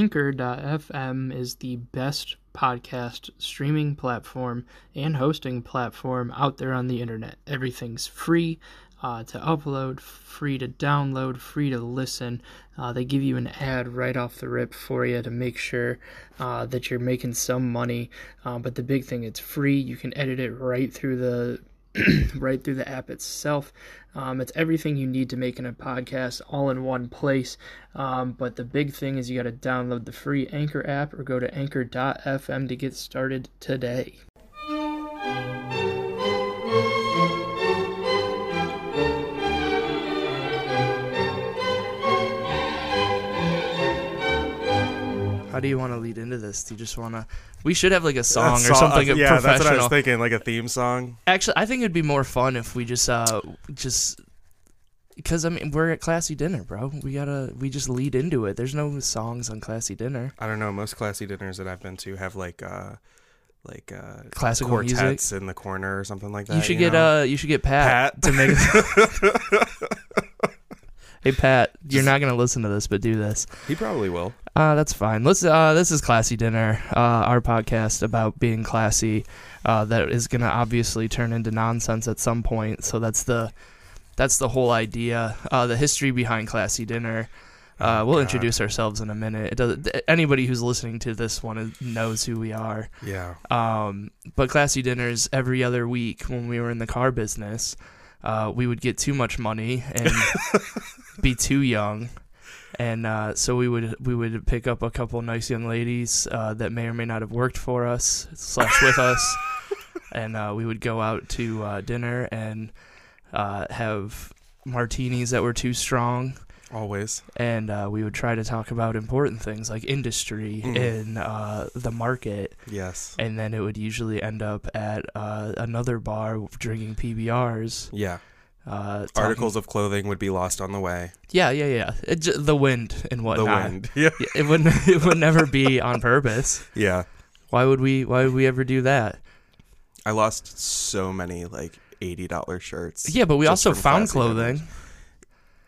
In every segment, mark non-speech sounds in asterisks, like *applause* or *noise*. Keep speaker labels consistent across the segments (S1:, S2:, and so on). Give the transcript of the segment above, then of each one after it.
S1: Anchor.fm is the best podcast streaming platform and hosting platform out there on the internet. Everything's free uh, to upload, free to download, free to listen. Uh, they give you an ad right off the rip for you to make sure uh, that you're making some money. Uh, but the big thing, it's free. You can edit it right through the *clears throat* right through the app itself. Um, it's everything you need to make in a podcast all in one place. Um, but the big thing is you got to download the free Anchor app or go to anchor.fm to get started today. How do you want to lead into this? Do you just want to? We should have like a song
S2: That
S1: or
S2: song-
S1: something.
S2: uh, yeah, that's what I was
S1: professional.
S2: thinking, like a theme song.
S1: Actually, I think it'd be more fun if we just uh just because I mean we're at classy dinner, bro. We gotta we just lead into it. There's no songs on classy dinner.
S2: I don't know. Most classy dinners that I've been to have like uh like uh
S1: Classical music?
S2: quartets in the corner or something like that.
S1: you should get
S2: know?
S1: uh you should get Pat.
S2: Pat to *laughs* make.
S1: Hey Pat, you're not gonna listen to this, but do this.
S2: he probably will.
S1: Uh, that's fine. Let's. Uh, this is Classy Dinner, uh, our podcast about being classy. Uh, that is going to obviously turn into nonsense at some point. So that's the, that's the whole idea. Uh, the history behind Classy Dinner. Uh,
S2: Oh,
S1: we'll
S2: God.
S1: introduce ourselves in a minute. It does, anybody who's listening to this one is- knows who we are.
S2: Yeah.
S1: Um, but classy dinners every other week when we were in the car business, uh, we would get too much money and be too young. And uh, so we would we would pick up a couple nice young ladies uh, that may or may not have worked for us slash with us, and uh, we would go out to uh, dinner and uh, have martinis that were too strong,
S2: Always.
S1: and uh, we would try to talk about important things like industry
S2: Mm.
S1: and uh, the market,
S2: Yes.
S1: and then it would usually end up at uh, another bar drinking PBRs.
S2: Yeah.
S1: Uh, talking-
S2: Articles of clothing would be lost on the way.
S1: Yeah, yeah, yeah. It ju- the wind and
S2: the
S1: whatnot.
S2: wind. *laughs* Yeah.
S1: Yeah, It would *laughs* it would never be on purpose.
S2: Yeah.
S1: Why would we? Why would we ever do that?
S2: I lost so many like eighty dollar shirts.
S1: Yeah, but we
S2: Just
S1: also
S2: from
S1: found
S2: classy dinners.
S1: clothing.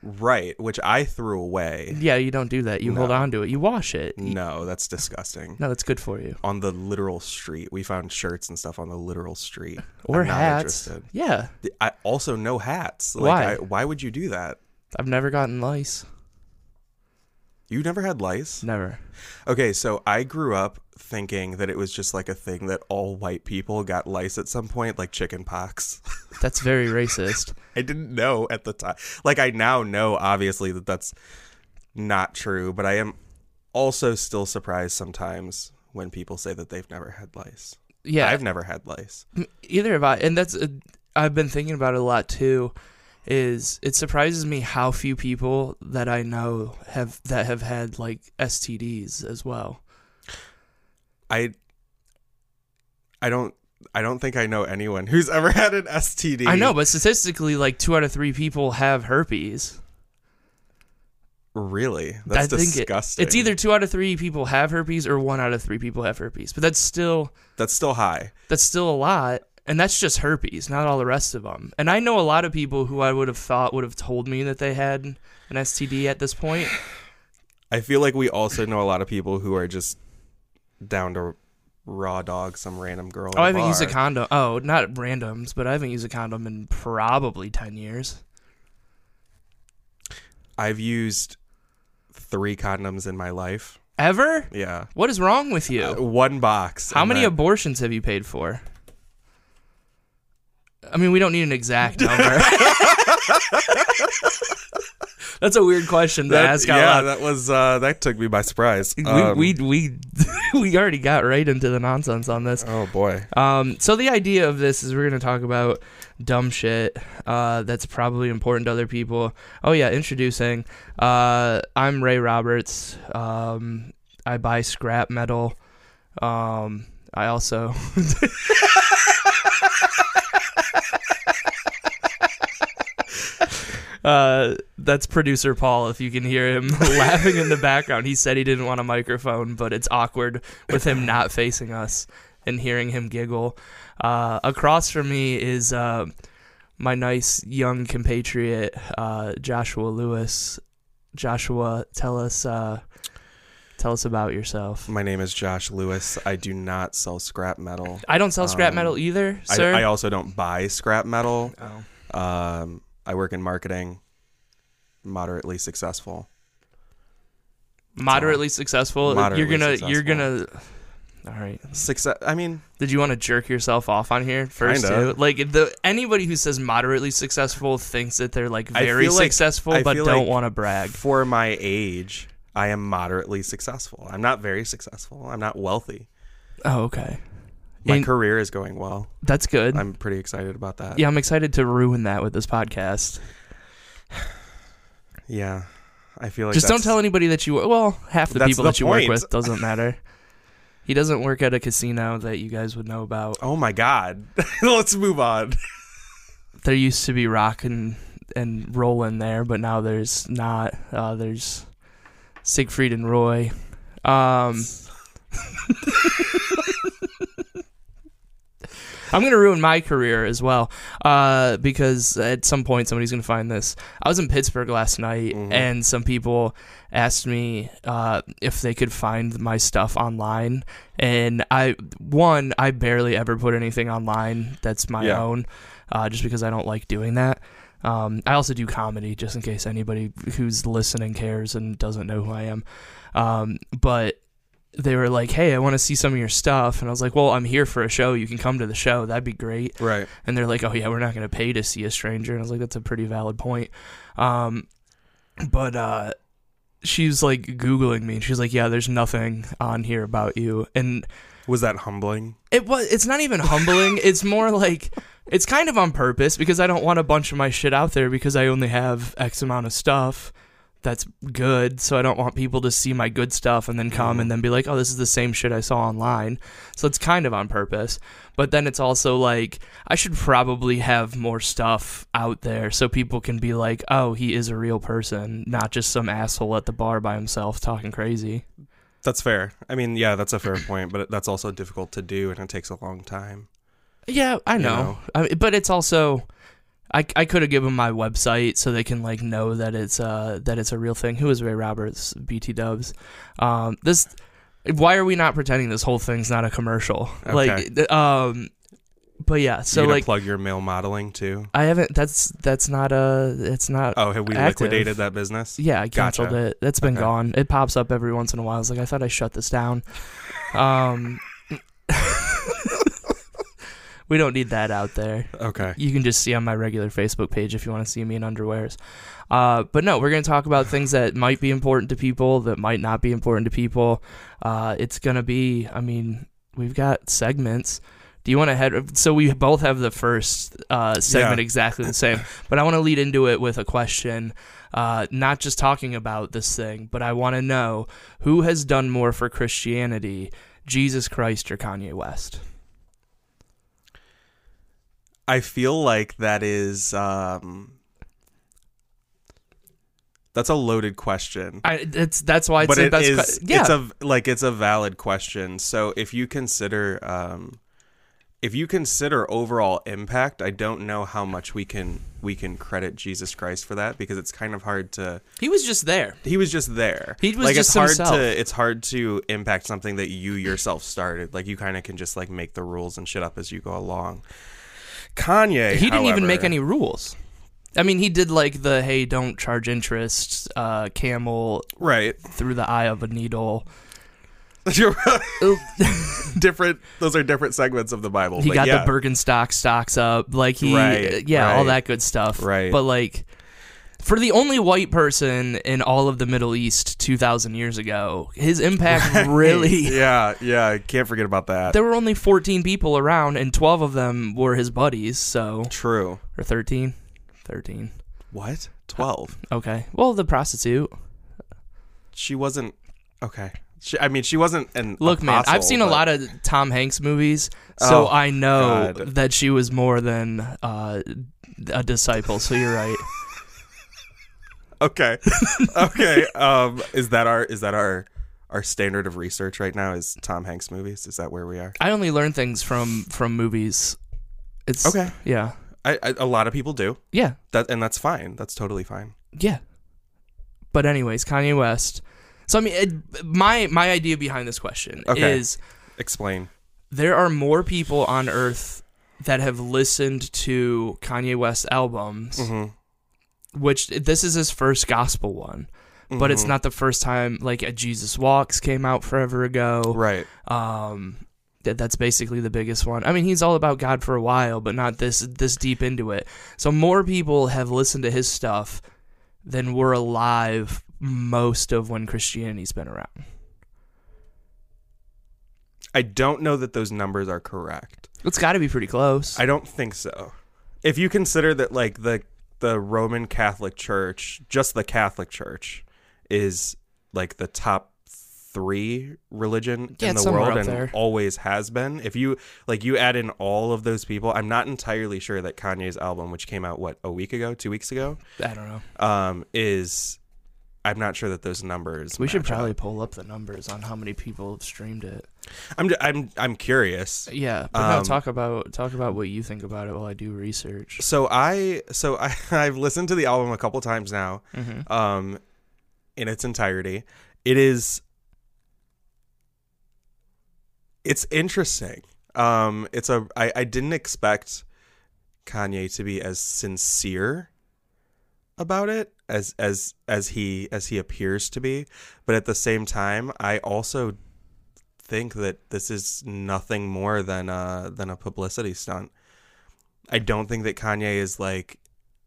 S2: Right, which I threw away.
S1: Yeah, you don't do that. You hold
S2: No.
S1: on to it. You wash it. You-
S2: No, that's disgusting.
S1: No, that's good for you.
S2: on the literal street. We found shirts and stuff on the literal street.
S1: *laughs* Or
S2: I'm not
S1: hats.
S2: interested.
S1: Yeah,
S2: Th- I also no hats. Like,
S1: Why?
S2: I, why would you do that?
S1: I've never gotten lice.
S2: You never had lice.
S1: Never.
S2: Okay, so I grew up thinking that it was just like a thing that all white people got lice at some point, like chicken pox. *laughs*
S1: That's very racist.
S2: I didn't know at the time. Like I now know, obviously, that that's not true. But I am also still surprised sometimes when people say that they've never had lice.
S1: Yeah,
S2: I've never had lice.
S1: either have I, and that's uh, I've been thinking about it a lot too. Is it surprises me how few people that I know have that have had like STDs as well.
S2: I I don't I don't think I know anyone who's ever *laughs* had an STD.
S1: I know, but statistically, like two out of three people have herpes.
S2: Really? That's
S1: I think it-
S2: disgusting.
S1: it's either two out of three people have herpes or one out of three people have herpes. But that's still
S2: that's still high.
S1: that's still a lot, and that's just herpes, not all the rest of them. And I know a lot of people who I would have thought would have told me that they had an STD at this point.
S2: I feel like we also know a lot of people who are just down to raw dog some random girl.
S1: Oh, I
S2: in a
S1: haven't used a
S2: bar.
S1: condom. Oh, not randoms, but I haven't used a condom in probably 10 years.
S2: I've used three condoms in my life.
S1: Ever?
S2: Yeah.
S1: What is wrong with you?
S2: Uh, one box.
S1: How
S2: and
S1: many
S2: that-
S1: abortions have you paid for? I mean, we don't need an exact
S2: *laughs*
S1: number. That's a weird question to
S2: that,
S1: ask out
S2: yeah,
S1: loud.
S2: that was uh, that took me by surprise. Um,
S1: we, we, we, *laughs* we already got right into the nonsense on this.
S2: oh boy,
S1: Um, so the idea of this is we're gonna talk about dumb shit uh, that's probably important to other people. Oh yeah, introducing. Uh, I'm Ray Roberts. Um, I buy scrap metal. Um, I also. *laughs* Uh, that's producer Paul. If you can hear him *laughs* laughing in the background, he said he didn't want a microphone, but it's awkward with him not facing us and hearing him giggle. Uh, across from me is uh, my nice young compatriot, uh, Joshua Lewis. Joshua, tell us uh, Tell us about yourself.
S2: My name is Josh Lewis. I do not sell scrap metal.
S1: I don't sell scrap
S2: Um,
S1: metal either,
S2: I,
S1: sir.
S2: I also don't buy scrap metal.
S1: oh.
S2: Um, I work in marketing. Moderately successful.
S1: Moderately successful.
S2: Moderately
S1: you're gonna. You're gonna.
S2: successful.
S1: All right.
S2: Success. I mean,
S1: Did you want to jerk yourself off on here 1st
S2: Kinda.
S1: too? Like the anybody who says moderately successful thinks that they're like
S2: I
S1: very
S2: feel like-
S1: successful,
S2: I
S1: but
S2: feel
S1: don't
S2: like
S1: want to brag.
S2: for my age, I am moderately successful. I'm not very successful. I'm not wealthy.
S1: Oh, okay.
S2: My
S1: And-
S2: career is going well.
S1: That's good.
S2: I'm pretty excited about that.
S1: yeah, I'm excited to ruin that with this podcast.
S2: Yeah. I feel like
S1: Just don't
S2: that's-
S1: tell anybody that you well, half the
S2: That's
S1: people
S2: the
S1: that you
S2: point.
S1: work with doesn't matter. he doesn't work at a casino that you guys would know about.
S2: Oh my god. *laughs* Let's move on.
S1: There used to be rock and and rolling there, but now there's not. Uh, there's Siegfried and Roy. Um, *laughs* I'm gonna ruin my career as well, uh, because at some point somebody's gonna find this. I was in Pittsburgh last night,
S2: Mhm.
S1: and some people asked me uh, if they could find my stuff online. And I, one, I barely ever put anything online that's my
S2: Yeah.
S1: own, uh, just because I don't like doing that. Um, I also do comedy, just in case anybody who's listening cares and doesn't know who I am. Um, but they were like, "Hey, I want to see some of your stuff," and I was like, "Well, I'm here for a show. You can come to the show. That'd be great."
S2: Right.
S1: And they're like, "Oh yeah, we're not going to pay to see a stranger." And I was like, "That's a pretty valid point." Um, but uh, she's like googling me, and she's like, "Yeah, there's nothing on here about you." And
S2: Was that humbling?
S1: it was. It's not even humbling. it's more like. It's kind of on purpose because I don't want a bunch of my shit out there because I only have X amount of stuff that's good. So I don't want people to see my good stuff and then come and then be like, oh, this is the same shit I saw online. So it's kind of on purpose. But then it's also like, I should probably have more stuff out there so people can be like, oh, he is a real person, not just some asshole at the bar by himself talking crazy.
S2: That's fair. I mean, yeah, that's a fair point, but that's also difficult to do and it takes a long time.
S1: Yeah, I
S2: You
S1: know.
S2: know?
S1: I mean, but it's also I, I could have given my website so they can like know that it's uh that it's a real thing. Who is Ray Roberts? BT Dubs. Um, this why are we not pretending this whole thing's not a commercial?
S2: Okay.
S1: Like th- um but yeah,
S2: So
S1: so
S2: you gonna
S1: like
S2: plug your male modeling too.
S1: I haven't that's that's not a it's not
S2: Oh, have we
S1: Active.
S2: liquidated that business?
S1: yeah, I canceled
S2: Gotcha.
S1: it. It's been
S2: Okay.
S1: gone. It pops up every once in a while. I was like, I thought I shut this down. Um, *laughs* we don't need that out there.
S2: Okay.
S1: You can just see on my regular Facebook page if you want to see me in underwears. Uh, but no, we're going to talk about things that might be important to people, that might not be important to people. Uh, it's going to be, I mean, we've got segments. Do you want to head? So we both have the first uh, segment
S2: Yeah.
S1: exactly the same, but I want to lead into it with a question, uh, not just talking about this thing, but I want to know who has done more for Christianity, Jesus Christ or Kanye West?
S2: I feel like that is um that's a loaded question.
S1: I, it's, that's why it's
S2: but
S1: the
S2: it
S1: best.
S2: is
S1: que- yeah,
S2: it's a like it's a valid question. So if you consider um if you consider overall impact, I don't know how much we can we can credit Jesus Christ for that because it's kind of hard to
S1: he was just there.
S2: he was just there.
S1: He was
S2: like
S1: just
S2: it's hard
S1: himself.
S2: to it's hard to impact something that you yourself started. Like you kind of can just like make the rules and shit up as you go along. Kanye,
S1: he didn't even
S2: however-
S1: make any rules. I mean, he did like the hey, don't charge interest, uh, camel
S2: *laughs* right.
S1: through the eye of a needle.
S2: *laughs* different. Those are different segments of the Bible.
S1: He
S2: but
S1: got
S2: yeah.
S1: the Birkenstock stocks up, like he,
S2: Right,
S1: yeah, all
S2: right,
S1: that good stuff.
S2: right.
S1: But like, for the only white person in all of the Middle East two thousand years ago, his impact
S2: *laughs*
S1: really.
S2: yeah, yeah. I Can't forget about that.
S1: There were only fourteen people around, and twelve of them were his buddies. So
S2: True.
S1: or thirteen. 13.
S2: What? Twelve.
S1: Okay. Well, the prostitute.
S2: She wasn't. Okay. She, I mean, she wasn't an.
S1: Look, man, I've seen a lot of Tom Hanks movies, so
S2: Oh,
S1: I know
S2: God.
S1: that she was more than uh, a disciple. So you're
S2: *laughs*
S1: right.
S2: Okay. *laughs* Okay. um, is that our is that our our standard of research right now? Is Tom Hanks movies? Is that where we are?
S1: I only learn things from from movies. It's
S2: Okay.
S1: Yeah,
S2: I, I a lot of people do
S1: yeah,
S2: that, and that's fine. That's totally fine.
S1: yeah. But anyways, Kanye West. So I mean, it, my my idea behind this question
S2: Okay.
S1: is
S2: Explain.
S1: there are more people on Earth that have listened to Kanye West's albums,
S2: Mhm.
S1: which this is his first gospel one. But it's
S2: Mhm.
S1: not the first time. Like a Jesus Walks came out forever ago.
S2: right.
S1: Um, that that's basically the biggest one. I mean, he's all about God for a while, but not this this deep into it. So more people have listened to his stuff than were alive most of when Christianity's been around.
S2: I don't know that those numbers are correct.
S1: It's got to be pretty close.
S2: I don't think so. If you consider that like the the Roman Catholic Church, just the Catholic Church is like the top 3 religion
S1: Yeah,
S2: in
S1: it's
S2: the
S1: somewhere
S2: world
S1: up
S2: and
S1: there.
S2: always has been. If you like you add in all of those people, I'm not entirely sure that Kanye's album which came out what a week ago, 2 weeks ago,
S1: I don't know.
S2: um is I'm not sure that those numbers
S1: We should
S2: match up.
S1: probably pull up the numbers on how many people have streamed it.
S2: I'm ju- I'm I'm curious.
S1: Yeah, but no,
S2: Um,
S1: talk about talk about what you think about it while I do research.
S2: So I so I *laughs* I've listened to the album a couple times now,
S1: Mhm.
S2: um, in its entirety. It is. It's interesting. Um, it's a I I didn't expect Kanye to be as sincere about it as as as he as he appears to be, but at the same time, I also think that this is nothing more than a than a publicity stunt. I don't think that Kanye is like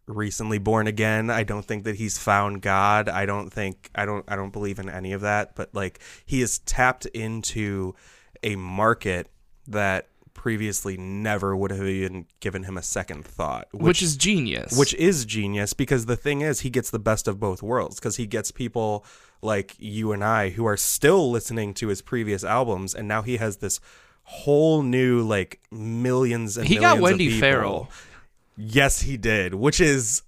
S2: recently born again. I don't think that he's found God. I don't think I don't I don't believe in any of that, but like he is tapped into a market that previously never would have even given him a second thought,
S1: Which, is genius.
S2: which is genius because the thing is he gets the best of both worlds because he gets people like you and I who are still listening to his previous albums and now he has this whole new like millions and
S1: he
S2: millions
S1: got
S2: of
S1: Wendy
S2: people.
S1: Farrell.
S2: Yes, he did, which is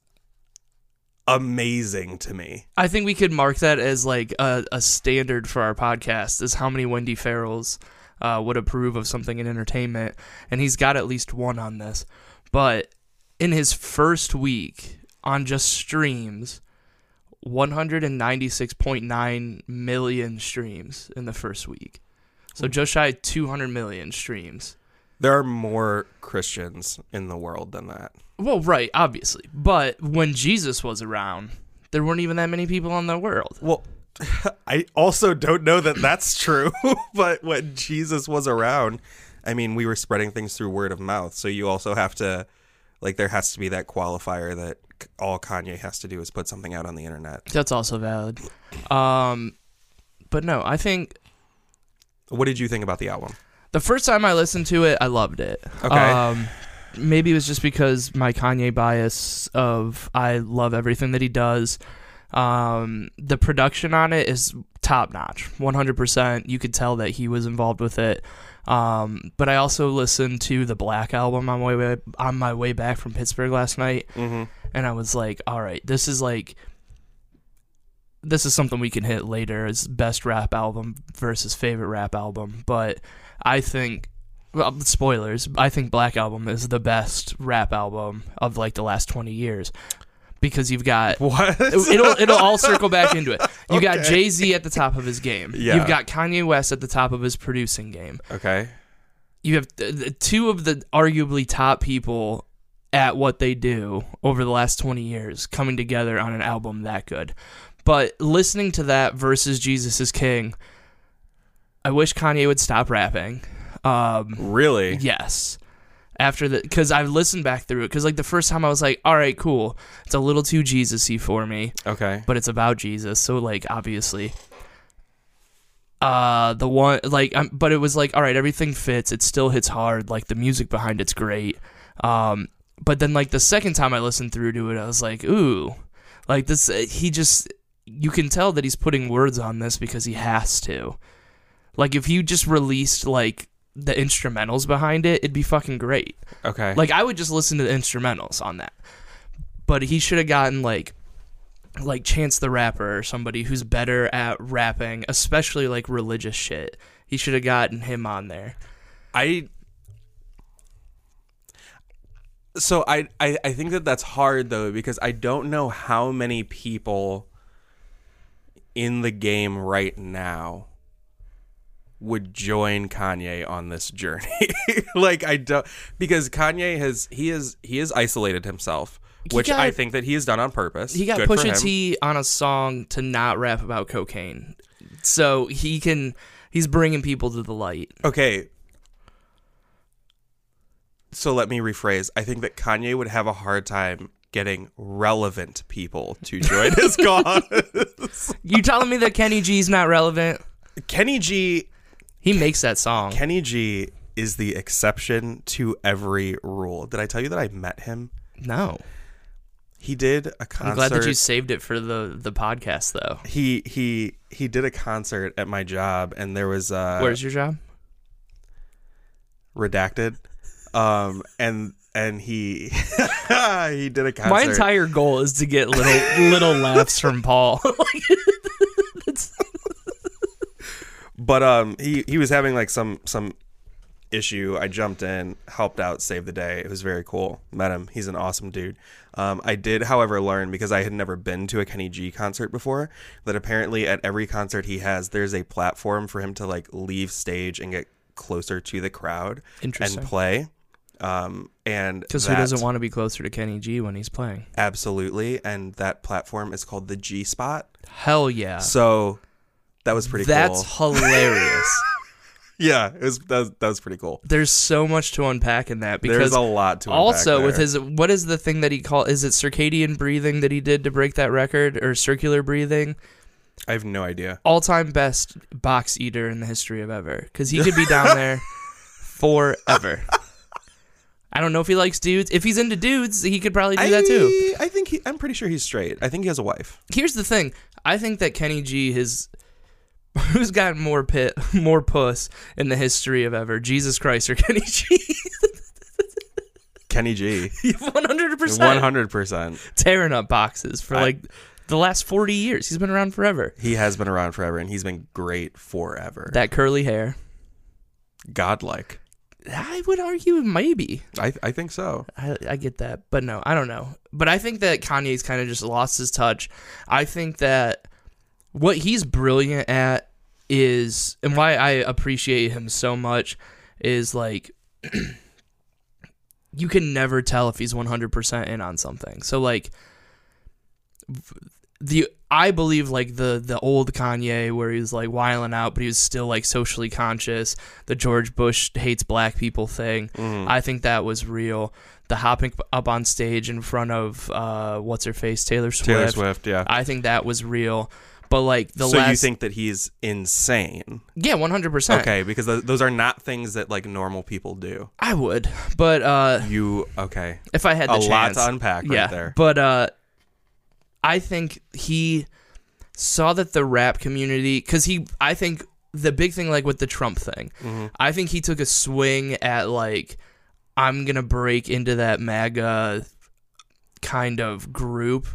S2: amazing to me.
S1: I think we could mark that as like a, a standard for our podcast is how many Wendy Farrells uh, would approve of something in entertainment, and he's got at least one on this. But in his first week on just streams, 196.9 million streams in the first week. So just shy of 200 million streams.
S2: There are more Christians in the world than that.
S1: Well, right, obviously. But when Jesus was around, there weren't even that many people in the world.
S2: Well, *laughs* I also don't know that that's true, *laughs* but when Jesus was around, I mean, we were spreading things through word of mouth. So you also have to, like, there has to be that qualifier that k- all Kanye has to do is put something out on the internet.
S1: That's also valid. Um, but no, I think
S2: What did you think about the album?
S1: the first time I listened to it, I loved it.
S2: Okay.
S1: Um, maybe it was just because my Kanye bias of I love everything that he does. Um, the production on it is top notch, 100%. You could tell that he was involved with it. Um, but I also listened to the Black album on my way on my way back from Pittsburgh last night,
S2: Mm-hmm.
S1: and I was like, all right, this is like this is something we can hit later as best rap album versus favorite rap album, but I think well, spoilers, I think Black Album is the best rap album of like the last 20 years because you've
S2: *laughs*
S1: got
S2: *laughs* What?
S1: it- it'll it'll all circle back into it. You got
S2: Okay.
S1: Jay Z at the top of his game.
S2: Yeah.
S1: You've got Kanye West at the top of his producing game
S2: okay.
S1: you have th- th- two of the arguably top people at what they do over the last 20 years coming together on an album that good. But listening to that versus Jesus is King, I wish Kanye would stop rapping. Um,
S2: Really?
S1: yes. After the, because I've listened back through it, because like the first time I was like, all right, cool. It's a little too Jesus y for me
S2: Okay.
S1: but it's about Jesus. So like obviously, uh, the one like, um, but it was like, all right, everything fits. It still hits hard. Like the music behind it's great. Um, but then like the second time I listened through to it, I was like, ooh, like this. uh, He just you can tell that he's putting words on this because he has to. Like if you just released like the instrumentals behind it, it'd be fucking great.
S2: Okay.
S1: Like I would just listen to the instrumentals on that. But he should have gotten like like Chance the Rapper or somebody who's better at rapping, especially like religious shit. He should have gotten him on there.
S2: I so I, I I think that that's hard though because I don't know how many people in the game right now would join Kanye on this journey. *laughs* like I don't because Kanye has he is he has isolated himself,
S1: He
S2: which I
S1: got-
S2: think that he has done on purpose.
S1: He got
S2: Good for
S1: Pusha
S2: him.
S1: T on a song to not rap about cocaine, so he can. He's bringing people to the light.
S2: Okay. So let me rephrase. I think that Kanye would have a hard time getting relevant people to join
S1: *laughs*
S2: his cause. *laughs*
S1: You telling me that Kenny G's not relevant?
S2: Kenny G
S1: He makes that song.
S2: Kenny G is the exception to every rule. Did I tell you that I met him?
S1: No,
S2: He did a concert.
S1: I'm glad that you saved it for the the podcast though.
S2: he he he did a concert at my job and there was uh
S1: Where's your job?
S2: redacted um and and he *laughs* he did a concert
S1: My entire goal is to get little
S2: *laughs*
S1: little laughs from Paul.
S2: but um he he was having like some some issue i jumped in helped out saved the day it was very cool met him he's an awesome dude um i did however learn because i had never been to a kenny g concert before that apparently at every concert he has there's a platform for him to like leave stage and get closer to the crowd
S1: *laughs* Interesting.
S2: and play um and
S1: Because who
S2: that-
S1: doesn't want to be closer to Kenny G when he's playing?
S2: absolutely and that platform is called the g spot
S1: Hell yeah.
S2: so that was pretty
S1: That's
S2: cool *laughs*
S1: hilarious.
S2: yeah it was that was, that was pretty cool
S1: There's so much to unpack in that because
S2: There's a lot to unpack
S1: also with
S2: there.
S1: his what is the thing that he call is it circadian breathing that he did to break that record or circular breathing?
S2: I have no idea.
S1: All time best box eater in the history of ever because he could be
S2: *laughs*
S1: down there forever. I don't know if he likes dudes. If he's into dudes, he could probably do that too.
S2: I think he, I'm pretty sure he's straight. I think he has a wife.
S1: here's the thing. I think that Kenny G has *laughs* who's gotten more pit *laughs* more puss in the history of ever, Jesus Christ or *laughs* Kenny G.
S2: Kenny *laughs* G,
S1: One hundred
S2: one
S1: percent
S2: hundred percent.
S1: tearing up boxes for
S2: I-
S1: like the last forty years. He's been around forever.
S2: He has been around forever, and he's been great forever.
S1: That curly hair.
S2: Godlike,
S1: I would argue maybe.
S2: I, I think so.
S1: I, I get that, but no, I don't know. But I think that Kanye's kind of just lost his touch. I think that what he's brilliant at is, and why I appreciate him so much, is like *clears throat* you can never tell if he's one hundred percent in on something. So like the I believe like the the old Kanye where he was like wiling out, but he was still like socially conscious. The George Bush hates black people thing.
S2: Mm-hmm.
S1: I think that was real. The hopping up on stage in front of uh, what's her face Taylor Swift.
S2: Taylor Swift, yeah.
S1: I think that was real. But like the
S2: so
S1: last,
S2: you think that he's insane?
S1: yeah, one hundred percent.
S2: Okay, because th- those are not things that like normal people do.
S1: I would, but uh,
S2: You okay?
S1: if I had the
S2: A lot
S1: chance,
S2: to unpack
S1: yeah.
S2: right there.
S1: But uh, I think he saw that the rap community, because he, I think the big thing, like with the Trump thing,
S2: Mm-hmm.
S1: I think he took a swing at like, I'm gonna break into that MAGA kind of group,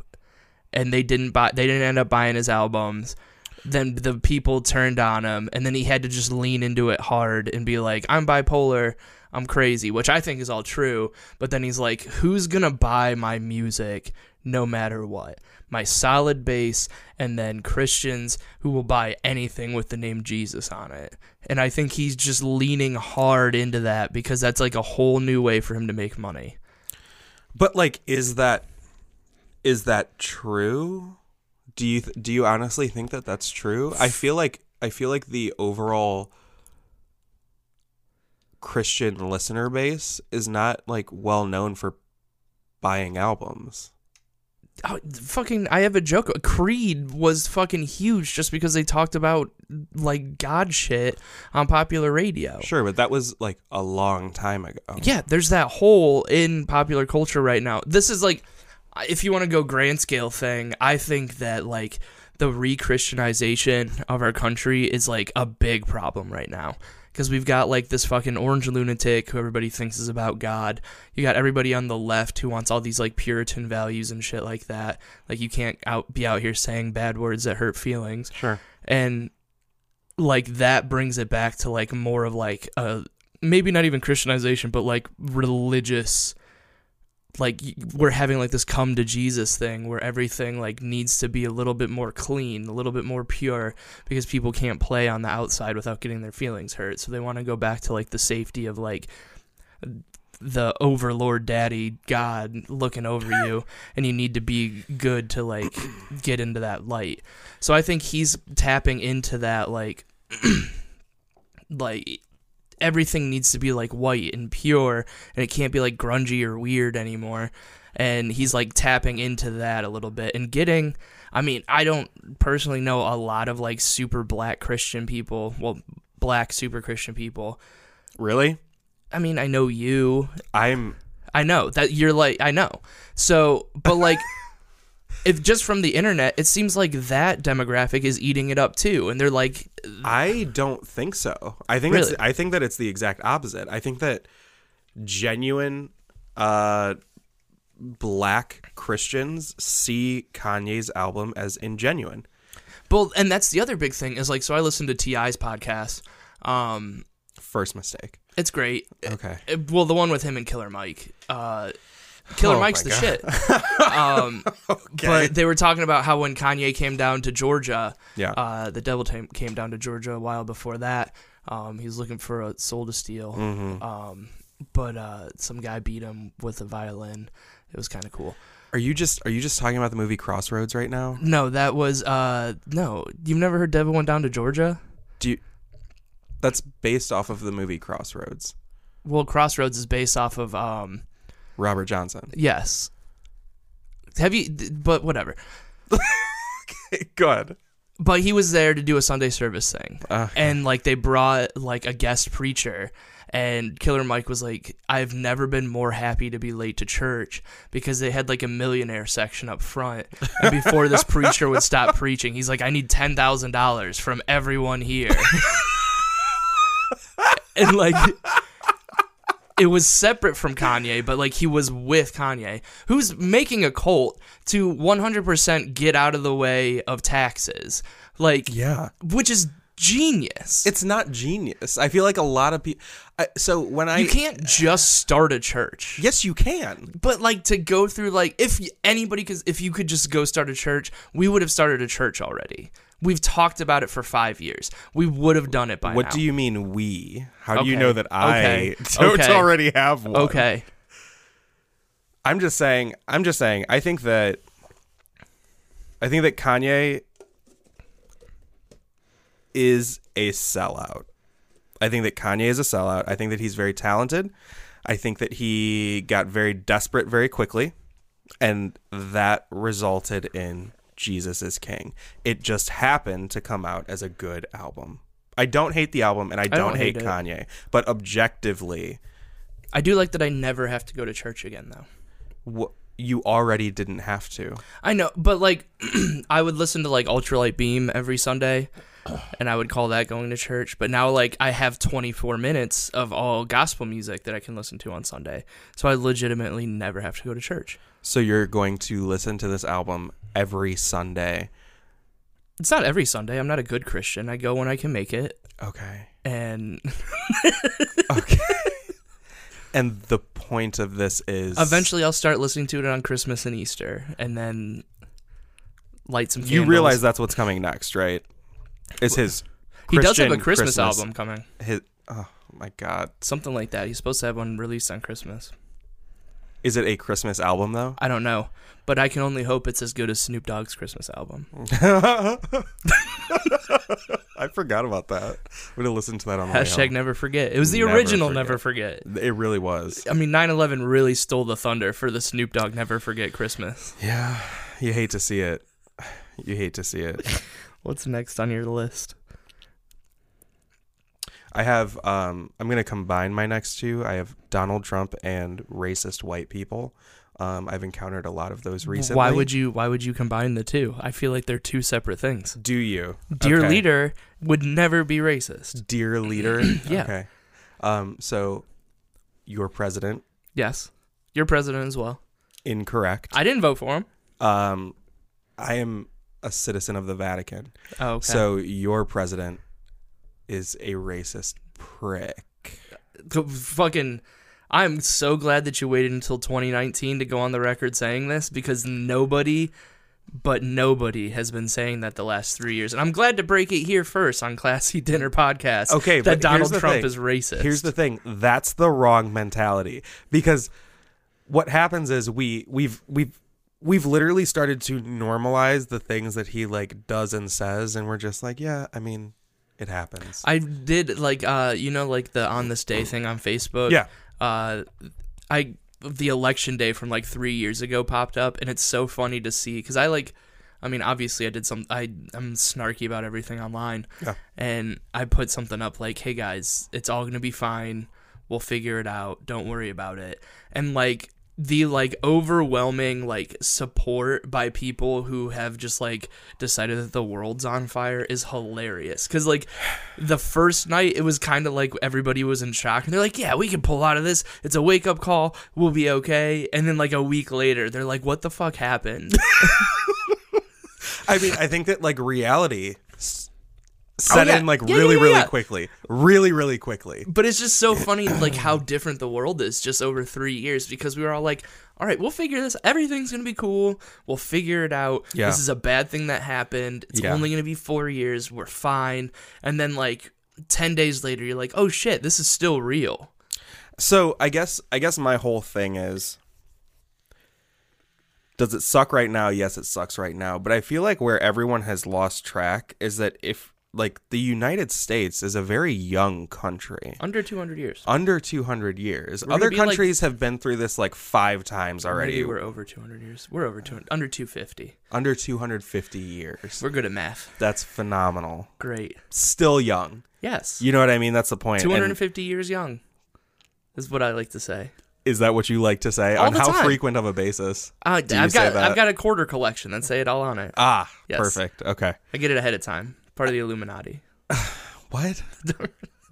S1: and they didn't buy, they didn't end up buying his albums. Then the people turned on him, and then he had to just lean into it hard and be like, "I'm bipolar." I'm crazy, which I think is all true. But then he's like, who's going to buy my music no matter what? My solid base, and then Christians who will buy anything with the name Jesus on it. And I think he's just leaning hard into that because that's like a whole new way for him to make money.
S2: But like, is that is that true? Do you th- do you honestly think that that's true? I feel like I feel like the overall Christian listener base is not like well known for buying albums.
S1: Oh, fucking, I have a joke. Creed was fucking huge just because they talked about like God shit on popular radio.
S2: Sure, but that was like a long time ago.
S1: Oh. yeah, there's that hole in popular culture right now. This is like, if you want to go grand scale thing, I think that like the re Christianization of our country is like a big problem right now. Because we've got like this fucking orange lunatic who everybody thinks is about God. You got everybody on the left who wants all these like Puritan values and shit like that. Like you can't out be out here saying bad words that hurt feelings
S2: Sure.
S1: and like that brings it back to like more of like a maybe not even christianization but like religious like y- we're having like this come to Jesus thing where everything like needs to be a little bit more clean, a little bit more pure because people can't play on the outside without getting their feelings hurt. So they want to go back to like the safety of like the overlord daddy god looking over you and you need to be good to like get into that light. So I think he's tapping into that like *clears throat* like everything needs to be like white and pure and it can't be like grungy or weird anymore and he's like tapping into that a little bit and getting i mean i don't personally know a lot of like super black christian people well black super christian people
S2: Really?
S1: i mean i know you
S2: I'm
S1: I know that you're like I know. So, but
S2: *laughs*
S1: like if just from the internet, it seems like that demographic is eating it up too and they're like
S2: I don't think so. I think
S1: Really?
S2: it's, I think that it's the exact opposite. I think that genuine uh, black Christians see Kanye's album as ingenuine.
S1: well and that's the other big thing is like so I listen to TI's podcast. Um
S2: First mistake.
S1: it's great.
S2: Okay.
S1: Uh, well, the one with him and Killer Mike. Uh Killer
S2: Oh my
S1: Mike's the
S2: God.
S1: shit.
S2: *laughs*
S1: Um
S2: Okay.
S1: but they were talking about how when Kanye came down to Georgia,
S2: yeah.
S1: uh, the devil tam- came down to Georgia a while before that. Um, he was looking for a soul to steal. Um, but uh, some guy beat him with a violin. It was kind of cool.
S2: are you just are you just talking about the movie Crossroads right now?
S1: No, that was uh, no. You've never heard "Devil Went Down to Georgia"?
S2: Do you, that's based off of the movie Crossroads.
S1: Well, Crossroads is based off of um,
S2: Robert *laughs* Johnson.
S1: yes. Have you? d- But whatever.
S2: Good.
S1: But he was there to do a Sunday service thing.
S2: Uh,
S1: and like they brought like a guest preacher and killer mike was like i've never been more happy to be late to church because they had like a millionaire section up front and before this preacher would stop preaching he's like i need $10000 from everyone here and like it was separate from Kanye, but like he was with Kanye, who's making a cult to 100% get out of the way of taxes. Like,
S2: yeah.
S1: which is genius.
S2: It's not genius. I feel like a lot of people. So when I
S1: you can't just start a church.
S2: yes, you can.
S1: But like to go through like if y- anybody could if you could just go start a church, we would have started a church already. We've talked about it for 5 years. We would have done it by
S2: What
S1: now.
S2: do you mean we? How do you
S1: Okay.
S2: know that I
S1: Okay.
S2: *laughs* don't
S1: Okay.
S2: already have one?
S1: Okay.
S2: I'm just saying. I'm just saying. I think that. I think that Kanye is a sellout. I think that Kanye is a sellout. I think that he's very talented. I think that he got very desperate very quickly, and that resulted in Jesus is King. It just happened to come out as a good album. I don't hate the album, and I don't,
S1: don't
S2: hate,
S1: hate it.
S2: Kanye, but objectively,
S1: I do like that I never have to go to church again though.
S2: wh- you already didn't have to.
S1: I know, but like *clears throat* I would listen to like Ultralight Beam every Sunday and I would call that going to church, but now like I have 24 minutes of all gospel music that I can listen to on Sunday. So I legitimately never have to go to church.
S2: So you're going to listen to this album every Sunday.
S1: It's not every Sunday. I'm not a good Christian. I go when I can make it
S2: Okay.
S1: and
S2: And the point of this is
S1: Eventually, I'll start listening to it on Christmas and Easter, and then light some.
S2: you
S1: candles.
S2: realize that's what's coming next, right? It's his
S1: he does have a
S2: Christian
S1: Christmas, album coming,
S2: His oh my god.
S1: something like that. He's supposed to have one released on Christmas.
S2: Is it a Christmas album though?
S1: I don't know, but I can only hope it's as good as Snoop Dogg's Christmas album.
S2: I forgot about that. I'm gonna listen to that on the
S1: Hashtag
S2: way
S1: never forget. It was the
S2: Never
S1: original
S2: forget.
S1: Never Forget.
S2: home. It really was.
S1: I mean, 9/11 really stole the thunder for the Snoop Dogg Never Forget Christmas.
S2: Yeah. You hate to see it. You hate to see it.
S1: What's next on your list?
S2: I have um I'm gonna combine my next two. I have Donald Trump and racist white people. Um, I've encountered a lot of those recently.
S1: Why would you Why would you combine the two? I feel like they're two separate things.
S2: do you,
S1: Dear
S2: Okay.
S1: leader would never be racist. *clears throat*
S2: Dear leader,
S1: Yeah.
S2: Okay. Um, so your president
S1: Yes. You're president as well.
S2: incorrect.
S1: I didn't vote for him.
S2: Um, I am a citizen of the Vatican.
S1: Oh, okay.
S2: So your president is a racist prick.
S1: So, fucking I'm so glad that you waited until 2019 to go on the record saying this because nobody but nobody has been saying that the last three years. And I'm glad to break it here first on Classy Dinner Podcast.
S2: Okay, but
S1: that
S2: here's
S1: Donald
S2: the
S1: Trump
S2: thing.
S1: is racist.
S2: Here's the thing. That's the wrong mentality because what happens is we we've we've we've literally started to normalize the things that he like does and says and we're just like, yeah, I mean, it happens.
S1: I did like uh you know like the on this day thing on Facebook.
S2: Yeah.
S1: Uh I the election day from like 3 years ago popped up and it's so funny to see cuz I like I mean obviously I did some I I'm snarky about everything online.
S2: Yeah.
S1: And I put something up like hey guys, it's all going to be fine. We'll figure it out. Don't worry about it. And like the like overwhelming like support by people who have just like decided that the world's on fire is hilarious cuz like the first night it was kind of like everybody was in shock and they're like yeah we can pull out of this it's a wake up call we'll be okay and then like a week later they're like what the fuck happened
S2: I mean, I think that like reality s- set
S1: Oh, yeah.
S2: in like
S1: Yeah, yeah,
S2: really
S1: yeah,
S2: really
S1: yeah.
S2: quickly. Really really quickly.
S1: but it's just so funny like
S2: *clears throat*
S1: how different the world is just over 3 years because we were all like all right we'll figure this everything's going to be cool we'll figure it out
S2: Yeah.
S1: this is a bad thing that happened it's
S2: Yeah.
S1: only going to be 4 years we're fine and then like 10 days later you're like oh shit this is still real
S2: So I guess I guess my whole thing is does it suck right now? Yes, it sucks right now. But I feel like where everyone has lost track is that if like the United States is a very young country.
S1: under 200 years
S2: Under 200 years.
S1: gonna
S2: Other
S1: be, like-
S2: countries have been through this like 5 times already.
S1: Maybe we're over 200 years. We're over 200, under 250.
S2: Under 250 years.
S1: We're good at math.
S2: That's phenomenal.
S1: Great.
S2: Still young.
S1: Yes.
S2: You know what I mean? That's the point. And
S1: 250 years young is what I like to say.
S2: is that what you like to say
S1: All
S2: on
S1: the
S2: how
S1: time.
S2: frequent of a basis?
S1: Uh,
S2: Do you
S1: I've
S2: say
S1: got
S2: that?
S1: I've got a quarter collection that say it all on it.
S2: Ah,
S1: Yes.
S2: perfect. Okay.
S1: I get it ahead of time. Part of the Illuminati.
S2: What? *laughs*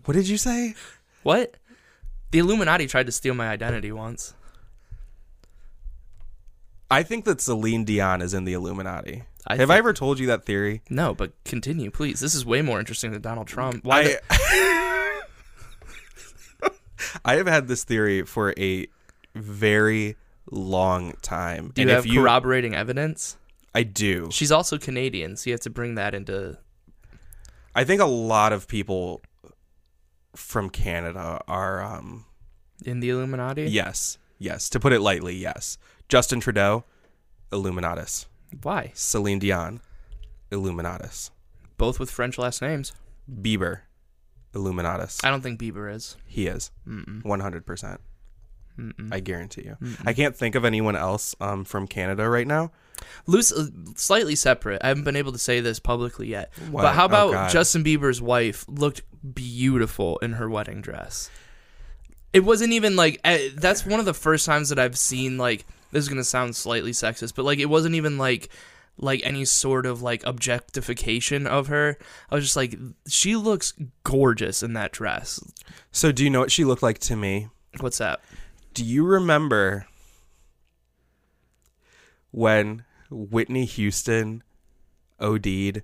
S2: what did you say?
S1: What? The Illuminati tried to steal my identity once.
S2: I think that Celine Dion is in the Illuminati.
S1: I
S2: Have
S1: thi-
S2: I ever told you that theory?
S1: No, but continue, please. This is way more interesting than Donald Trump. Why?
S2: I
S1: the-
S2: *laughs* I have had this theory for a very long time.
S1: do you
S2: and
S1: have
S2: if you
S1: corroborating evidence?
S2: I do.
S1: She's also Canadian, so you have to bring that into.
S2: I think a lot of people from Canada are um
S1: In the Illuminati?
S2: yes. Yes. To put it lightly, yes. Justin Trudeau, Illuminatus.
S1: Why?
S2: Celine Dion, Illuminatus.
S1: Both with French last names.
S2: Bieber, Illuminatus.
S1: I don't think Bieber is.
S2: He is. One hundred percent.
S1: Mm-mm.
S2: I guarantee you. I can't think of anyone else um, from Canada right now.
S1: loose, uh, slightly separate. I haven't been able to say this publicly yet.
S2: What?
S1: But how
S2: Oh,
S1: about
S2: God.
S1: Justin Bieber's wife looked beautiful in her wedding dress? It wasn't even like eh, that's one of the first times that I've seen like this is gonna sound slightly sexist, but like it wasn't even like like any sort of like objectification of her. I was just like, she looks gorgeous in that dress.
S2: So, do you know what she looked like to me?
S1: What's that?
S2: Do you remember when Whitney Houston OD'd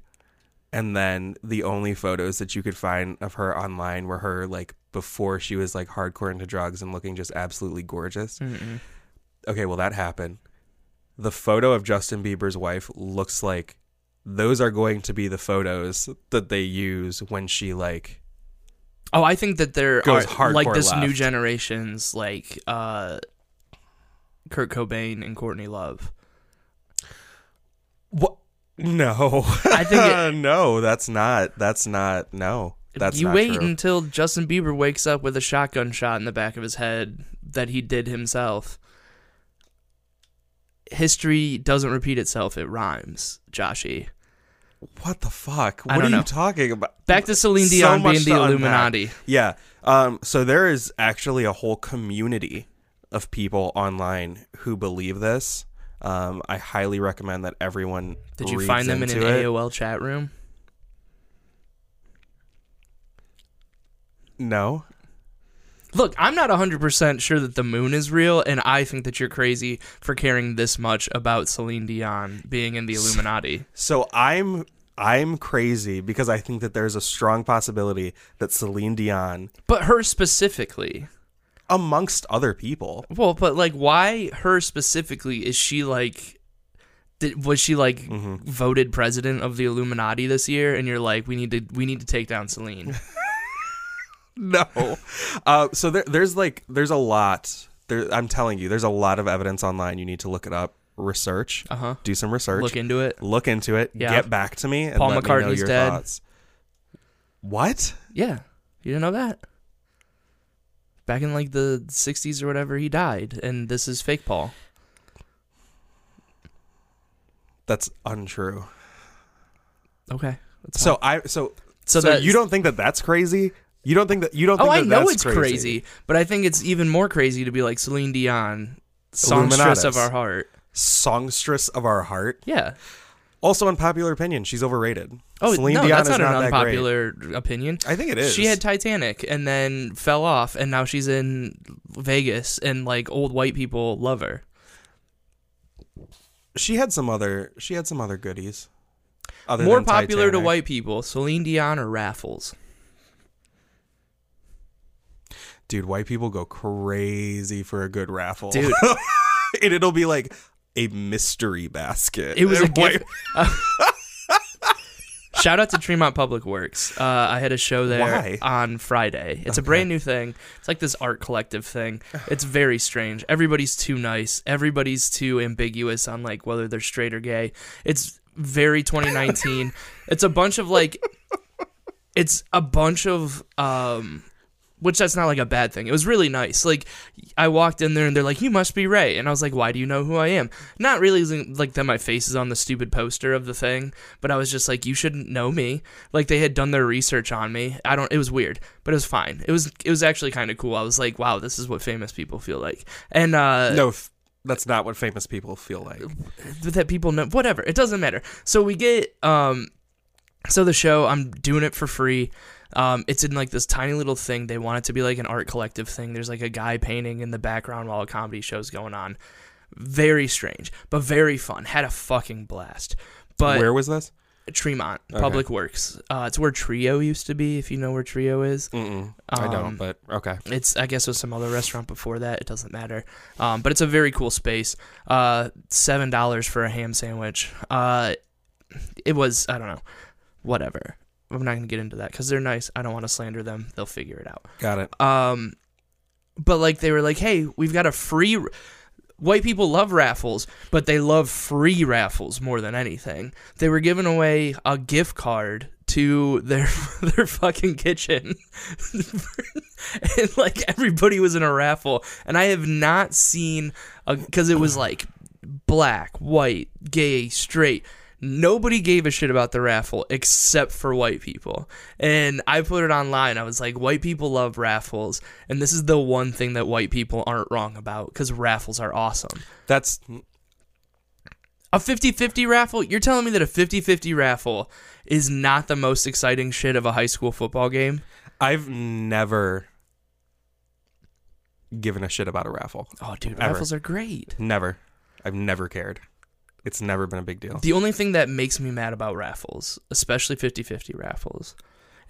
S2: and then the only photos that you could find of her online were her like before she was like hardcore into drugs and looking just absolutely gorgeous? Okay, well, that happened. The photo of Justin Bieber's wife looks like those are going to be the photos that they use when she like
S1: Oh, I think that there
S2: Goes
S1: are like
S2: hardcore
S1: this new
S2: left.
S1: generation's like uh Kurt Cobain and Courtney Love.
S2: What? No.
S1: I think it-
S2: no. That's not. That's not. No. *laughs* That's
S1: you
S2: not
S1: wait
S2: true.
S1: until Justin Bieber wakes up with a shotgun shot in the back of his head that he did himself. History doesn't repeat itself; it rhymes, Joshy.
S2: What the fuck?
S1: I
S2: What are
S1: don't know.
S2: you talking about?
S1: Back to Celine
S2: So
S1: Dion
S2: much
S1: being
S2: to
S1: the
S2: unpack.
S1: Illuminati.
S2: Yeah. Um. So there is actually a whole community of people online who believe this. Um. I highly recommend that everyone.
S1: Did you
S2: reads
S1: find them in an
S2: into it.
S1: AOL chat room?
S2: No.
S1: Look, I'm not 100% sure that the moon is real, and I think that you're crazy for caring this much about Celine Dion being in the Illuminati.
S2: So I'm. I'm crazy because I think that there's a strong possibility that Celine Dion
S1: But her specifically.
S2: amongst other people.
S1: Well, but like, why her specifically? Is she like, did, was she like
S2: Mm. Mm-hmm.
S1: voted president of the Illuminati this year? And you're like, we need to, we need to take down Celine.
S2: *laughs* No. *laughs* Uh, so there, there's like there's a lot. There, I'm telling you, there's a lot of evidence online. You need to look it up, research,
S1: Uh-huh.
S2: do some research,
S1: Look into it.
S2: look into it,
S1: Yeah.
S2: get back to me, and
S1: Paul
S2: let me know
S1: McCartney's
S2: your
S1: dead.
S2: thoughts. What?
S1: Yeah, you didn't know that. Back in like the '60s or whatever, he died, and this is fake Paul.
S2: That's untrue.
S1: Okay. That's
S2: So I so
S1: So
S2: so,
S1: that's-
S2: you don't think that that's crazy? You don't think that you don't?
S1: Oh,
S2: Think
S1: I
S2: that
S1: know
S2: that's
S1: it's crazy. but I think it's even more crazy to be like Celine Dion, songstress
S2: Illuminatus.
S1: of our heart.
S2: Songstress of our heart.
S1: Yeah.
S2: Also, unpopular opinion. She's overrated.
S1: Oh,
S2: Celine
S1: no,
S2: Dion
S1: that's
S2: is
S1: not,
S2: not
S1: an
S2: that great.
S1: unpopular opinion.
S2: I think it is.
S1: She had Titanic and then fell off, and now she's in Vegas, and like old white people love her.
S2: she had some other she had some other goodies. Other
S1: More
S2: than
S1: popular to
S2: Titanic.
S1: white people, Celine Dion or Raffles?
S2: dude. White people go crazy for a good raffle,
S1: Dude.
S2: *laughs* and it'll be like a mystery basket.
S1: It was a
S2: And white-
S1: gift. *laughs* Uh, Shout out to Tremont Public Works. Uh, I had a show there
S2: Why?
S1: on Friday. It's a brand new thing. It's like this art collective thing. It's very strange. Everybody's too nice. Everybody's too ambiguous on like whether they're straight or gay. It's very
S2: *laughs*
S1: 2019. it's a bunch of like, it's a bunch of um, which that's not like a bad thing. It was really nice. Like I walked in there and they're like, "You must be Ray," and I was like, "Why do you know who I am?" Not realizing like that my face is on the stupid poster of the thing, but I was just like, "You shouldn't know me." Like they had done their research on me. I don't. It was weird, but it was fine. It was it was actually kind of cool. I was like, "Wow, this is what famous people feel like," and uh,
S2: no, f- that's not what famous people feel like.
S1: that people know whatever it doesn't matter so we get um so the show i'm doing it for free um it's in like this tiny little thing they want it to be like an art collective thing there's like a guy painting in the background while a comedy show's going on very strange but very fun had a fucking blast but
S2: Where was this?
S1: Tremont Public Works. Uh, it's where Trio used to be, if you know where Trio is.
S2: Mm-mm, I
S1: Um,
S2: don't. But okay.
S1: It's I guess it was some other restaurant before that. It doesn't matter. Um, but it's a very cool space. Uh, Seven dollars for a ham sandwich. Uh, it was I don't know, whatever. I'm not gonna get into that because they're nice. I don't want to slander them. They'll figure it out.
S2: Got it.
S1: Um, but like they were like, hey, we've got a free. White people love raffles, but they love free raffles more than anything. They were giving away a gift card to *laughs* their their fucking kitchen, *laughs* and like everybody was in a raffle. And I have not seen because it was like black, white, gay, straight. Nobody gave a shit about the raffle except for white people. And I put it online. I was like, white people love raffles. And this is the one thing that white people aren't wrong about because raffles are awesome.
S2: That's
S1: A 50 50 raffle? You're telling me that a 50 50 raffle is not the most exciting shit of a high school football game?
S2: I've never given a shit about a raffle.
S1: Oh, dude,
S2: Ever.
S1: raffles are great.
S2: Never. I've never cared. It's never been a big deal.
S1: The only thing that makes me mad about raffles, especially 50 50 raffles,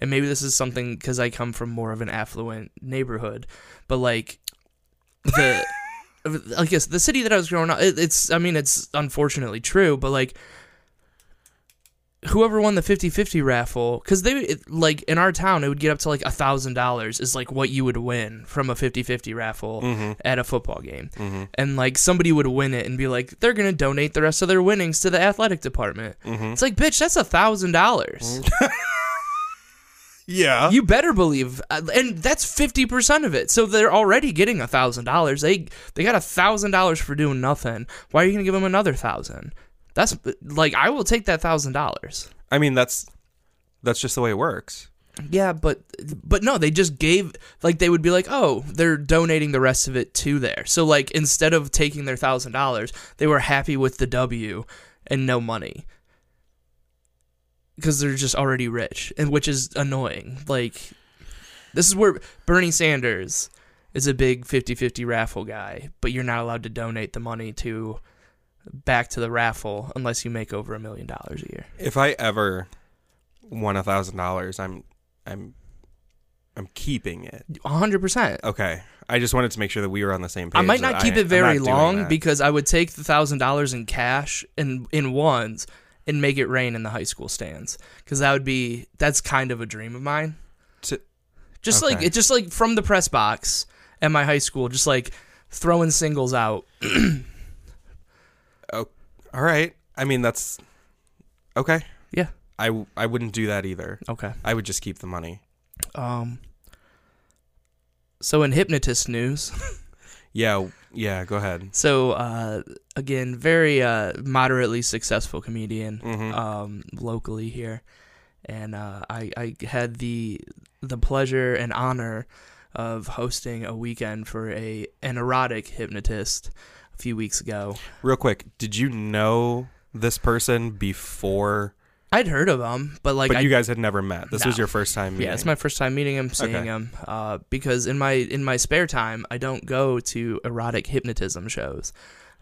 S1: and maybe this is something because I come from more of an affluent neighborhood, but like the. I guess the city that I was growing up, it, it's, I mean, it's unfortunately true, but like, whoever won the 50 50 raffle, because they, it, like, in our town, it would get up to like a $1,000 is like what you would win from a 50 50 raffle at a football game. And like, somebody would win it and be like, they're going to donate the rest of their winnings to the athletic department. It's like, bitch, that's a $1,000. dollars
S2: Yeah.
S1: you better believe, uh, and that's fifty percent of it. So they're already getting a thousand dollars. They they got a thousand dollars for doing nothing. Why are you gonna give them another thousand? That's like I will take that thousand dollars.
S2: I mean, that's that's just the way it works.
S1: Yeah, but but no, they just gave like they would be like, oh, they're donating the rest of it to there. So like instead of taking their thousand dollars, they were happy with the W and no money because they're just already rich, and which is annoying. Like this is where Bernie Sanders is a big 50-50 raffle guy, but you're not allowed to donate the money to back to the raffle unless you make over a million dollars a year.
S2: If I ever won a thousand dollars, I'm I'm I'm keeping it.
S1: 100%.
S2: Okay. I just wanted to make sure that we were on the same page.
S1: I might
S2: that
S1: not keep
S2: I-
S1: it
S2: I'm
S1: very
S2: not doing
S1: long
S2: that.
S1: because I would take the thousand dollars in cash and in ones and make it rain in the high school stands because that would be that's kind of a dream of mine.
S2: To-
S1: just like
S2: okay.
S1: it, just like from the press box at my high school, just like throwing singles out.
S2: All right. I mean, that's okay.
S1: Yeah.
S2: I, w- I wouldn't do that either.
S1: Okay.
S2: I would just keep the money.
S1: Um. So in hypnotist news, *laughs*
S2: Yeah. w- Yeah. Go ahead.
S1: so uh, again, very uh, moderately successful comedian.
S2: hmm
S1: um, locally here, and uh, I, I had the the pleasure and honor of hosting a weekend for a an erotic hypnotist a few weeks ago.
S2: Real quick. Did you know this person before?
S1: I'd heard of him, but like
S2: but
S1: I,
S2: you guys had never met. This was
S1: No.
S2: your first time meeting.
S1: yeah, it's my first time meeting him, seeing
S2: Okay.
S1: him, uh, because in my in my spare time, I don't go to erotic hypnotism shows.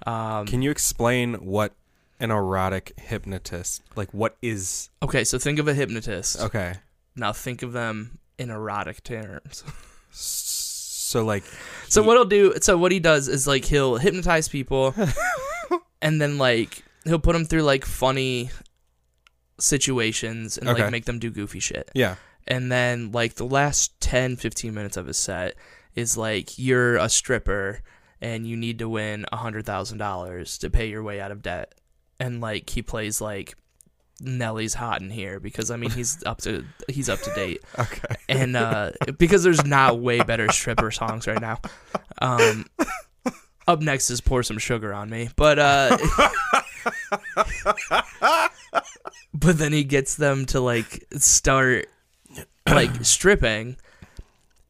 S1: Um,
S2: Can you explain what an erotic hypnotist, like what is?
S1: okay, so think of a hypnotist.
S2: Okay.
S1: Now think of them in erotic terms.
S2: S- So like,
S1: So
S2: He-
S1: what he'll do, so what he does is like he'll hypnotize people,
S2: *laughs*
S1: and then like he'll put them through like funny situations and
S2: Okay.
S1: like make them do goofy shit.
S2: yeah.
S1: And then like the last 10, 15 minutes of his set is like you're a stripper and you need to win a hundred thousand dollars to pay your way out of debt, and like he plays like Nelly's hot in here because I mean he's up to he's up to date
S2: Okay.
S1: and uh, because there's not way better stripper songs right now. Um, up next is "Pour Some Sugar on Me," but uh, *laughs* but then he gets them to like start *coughs* like stripping.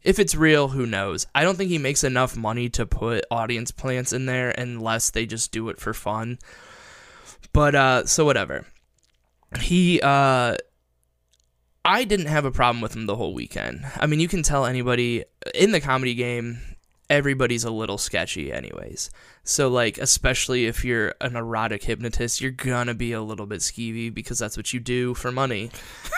S1: If it's real, who knows? I don't think he makes enough money to put audience plants in there unless they just do it for fun. But uh, so whatever. He uh I didn't have a problem with him the whole weekend. I mean, you can tell anybody in the comedy game, everybody's a little sketchy, anyways. So, like, especially if you're an erotic hypnotist, you're gonna be a little bit skeevy because that's what you do for money.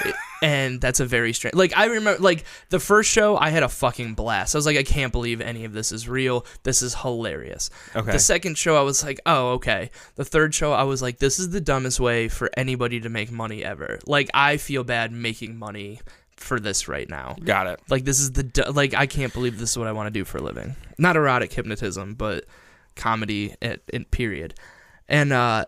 S1: It- and that's a very strange. Like, I remember, like, the first show, I had a fucking blast. I was like, I can't believe any of this is real. This is hilarious.
S2: Okay.
S1: The second show, I was like, oh, okay. The third show, I was like, this is the dumbest way for anybody to make money ever. Like, I feel bad making money for this right now.
S2: Got it.
S1: Like, this is the, du- like, I can't believe this is what I want to do for a living. Not erotic hypnotism, but comedy, at, at period. And, uh,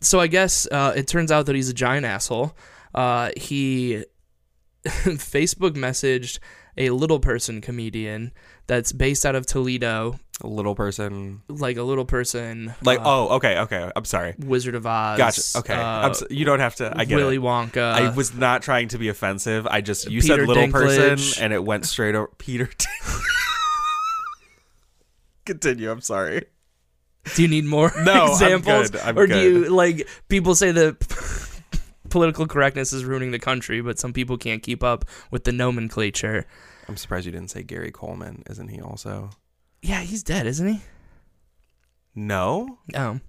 S1: so I guess uh, it turns out that he's a giant asshole. Uh, he *laughs* Facebook messaged a little person comedian that's based out of Toledo
S2: A little person.
S1: like a little person,
S2: Like,
S1: uh,
S2: oh, okay, okay. I'm sorry.
S1: Wizard of Oz.
S2: Gotcha. Okay.
S1: uh,
S2: I'm so, you don't have to. I get
S1: Willy
S2: it.
S1: Wonka.
S2: I was not trying to be offensive. I just you
S1: Peter
S2: said little
S1: Dinklage.
S2: person, and it went straight over Peter. Din- *laughs* Continue.
S1: *laughs*
S2: I'm sorry.
S1: do you need more
S2: No, I'm
S1: examples,
S2: good, I'm
S1: or do
S2: good.
S1: you like people say that *laughs* political correctness is ruining the country, but some people can't keep up with the nomenclature.
S2: I'm surprised you didn't say Gary Coleman. Isn't he also?
S1: Yeah, he's dead, isn't he?
S2: No.
S1: No,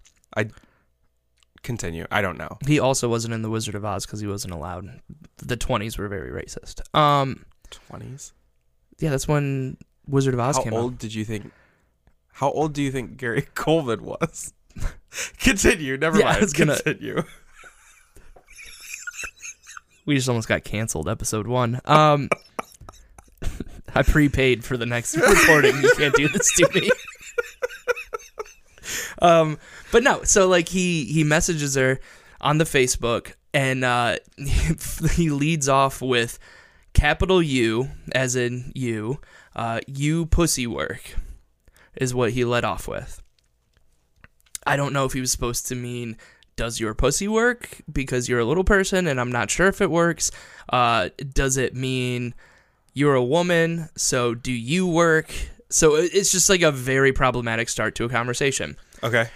S2: Continue. I don't know.
S1: he also wasn't in the Wizard of Oz because he wasn't allowed. The twenties were very racist. Um,
S2: Twenties.
S1: yeah, that's when Wizard of Oz
S2: How
S1: came out.
S2: old did you think? How old do you think Gary *laughs* Coleman was? *laughs* Continue. Never
S1: Yeah, I
S2: mind.
S1: was gonna-
S2: Continue. *laughs*
S1: We just almost got canceled, episode one. Um, *laughs* I prepaid for the next recording. You can't do this to me. um, but no, so like he he messages her on the Facebook, and uh, *laughs* he leads off with capital U as in you, uh, you pussy work is what he led off with. I don't know if he was supposed to mean does your pussy work because you're a little person and I'm not sure if it works. Uh, does it mean you're a woman? So do you work? So it- it's just like a very problematic start to a conversation.
S2: Okay.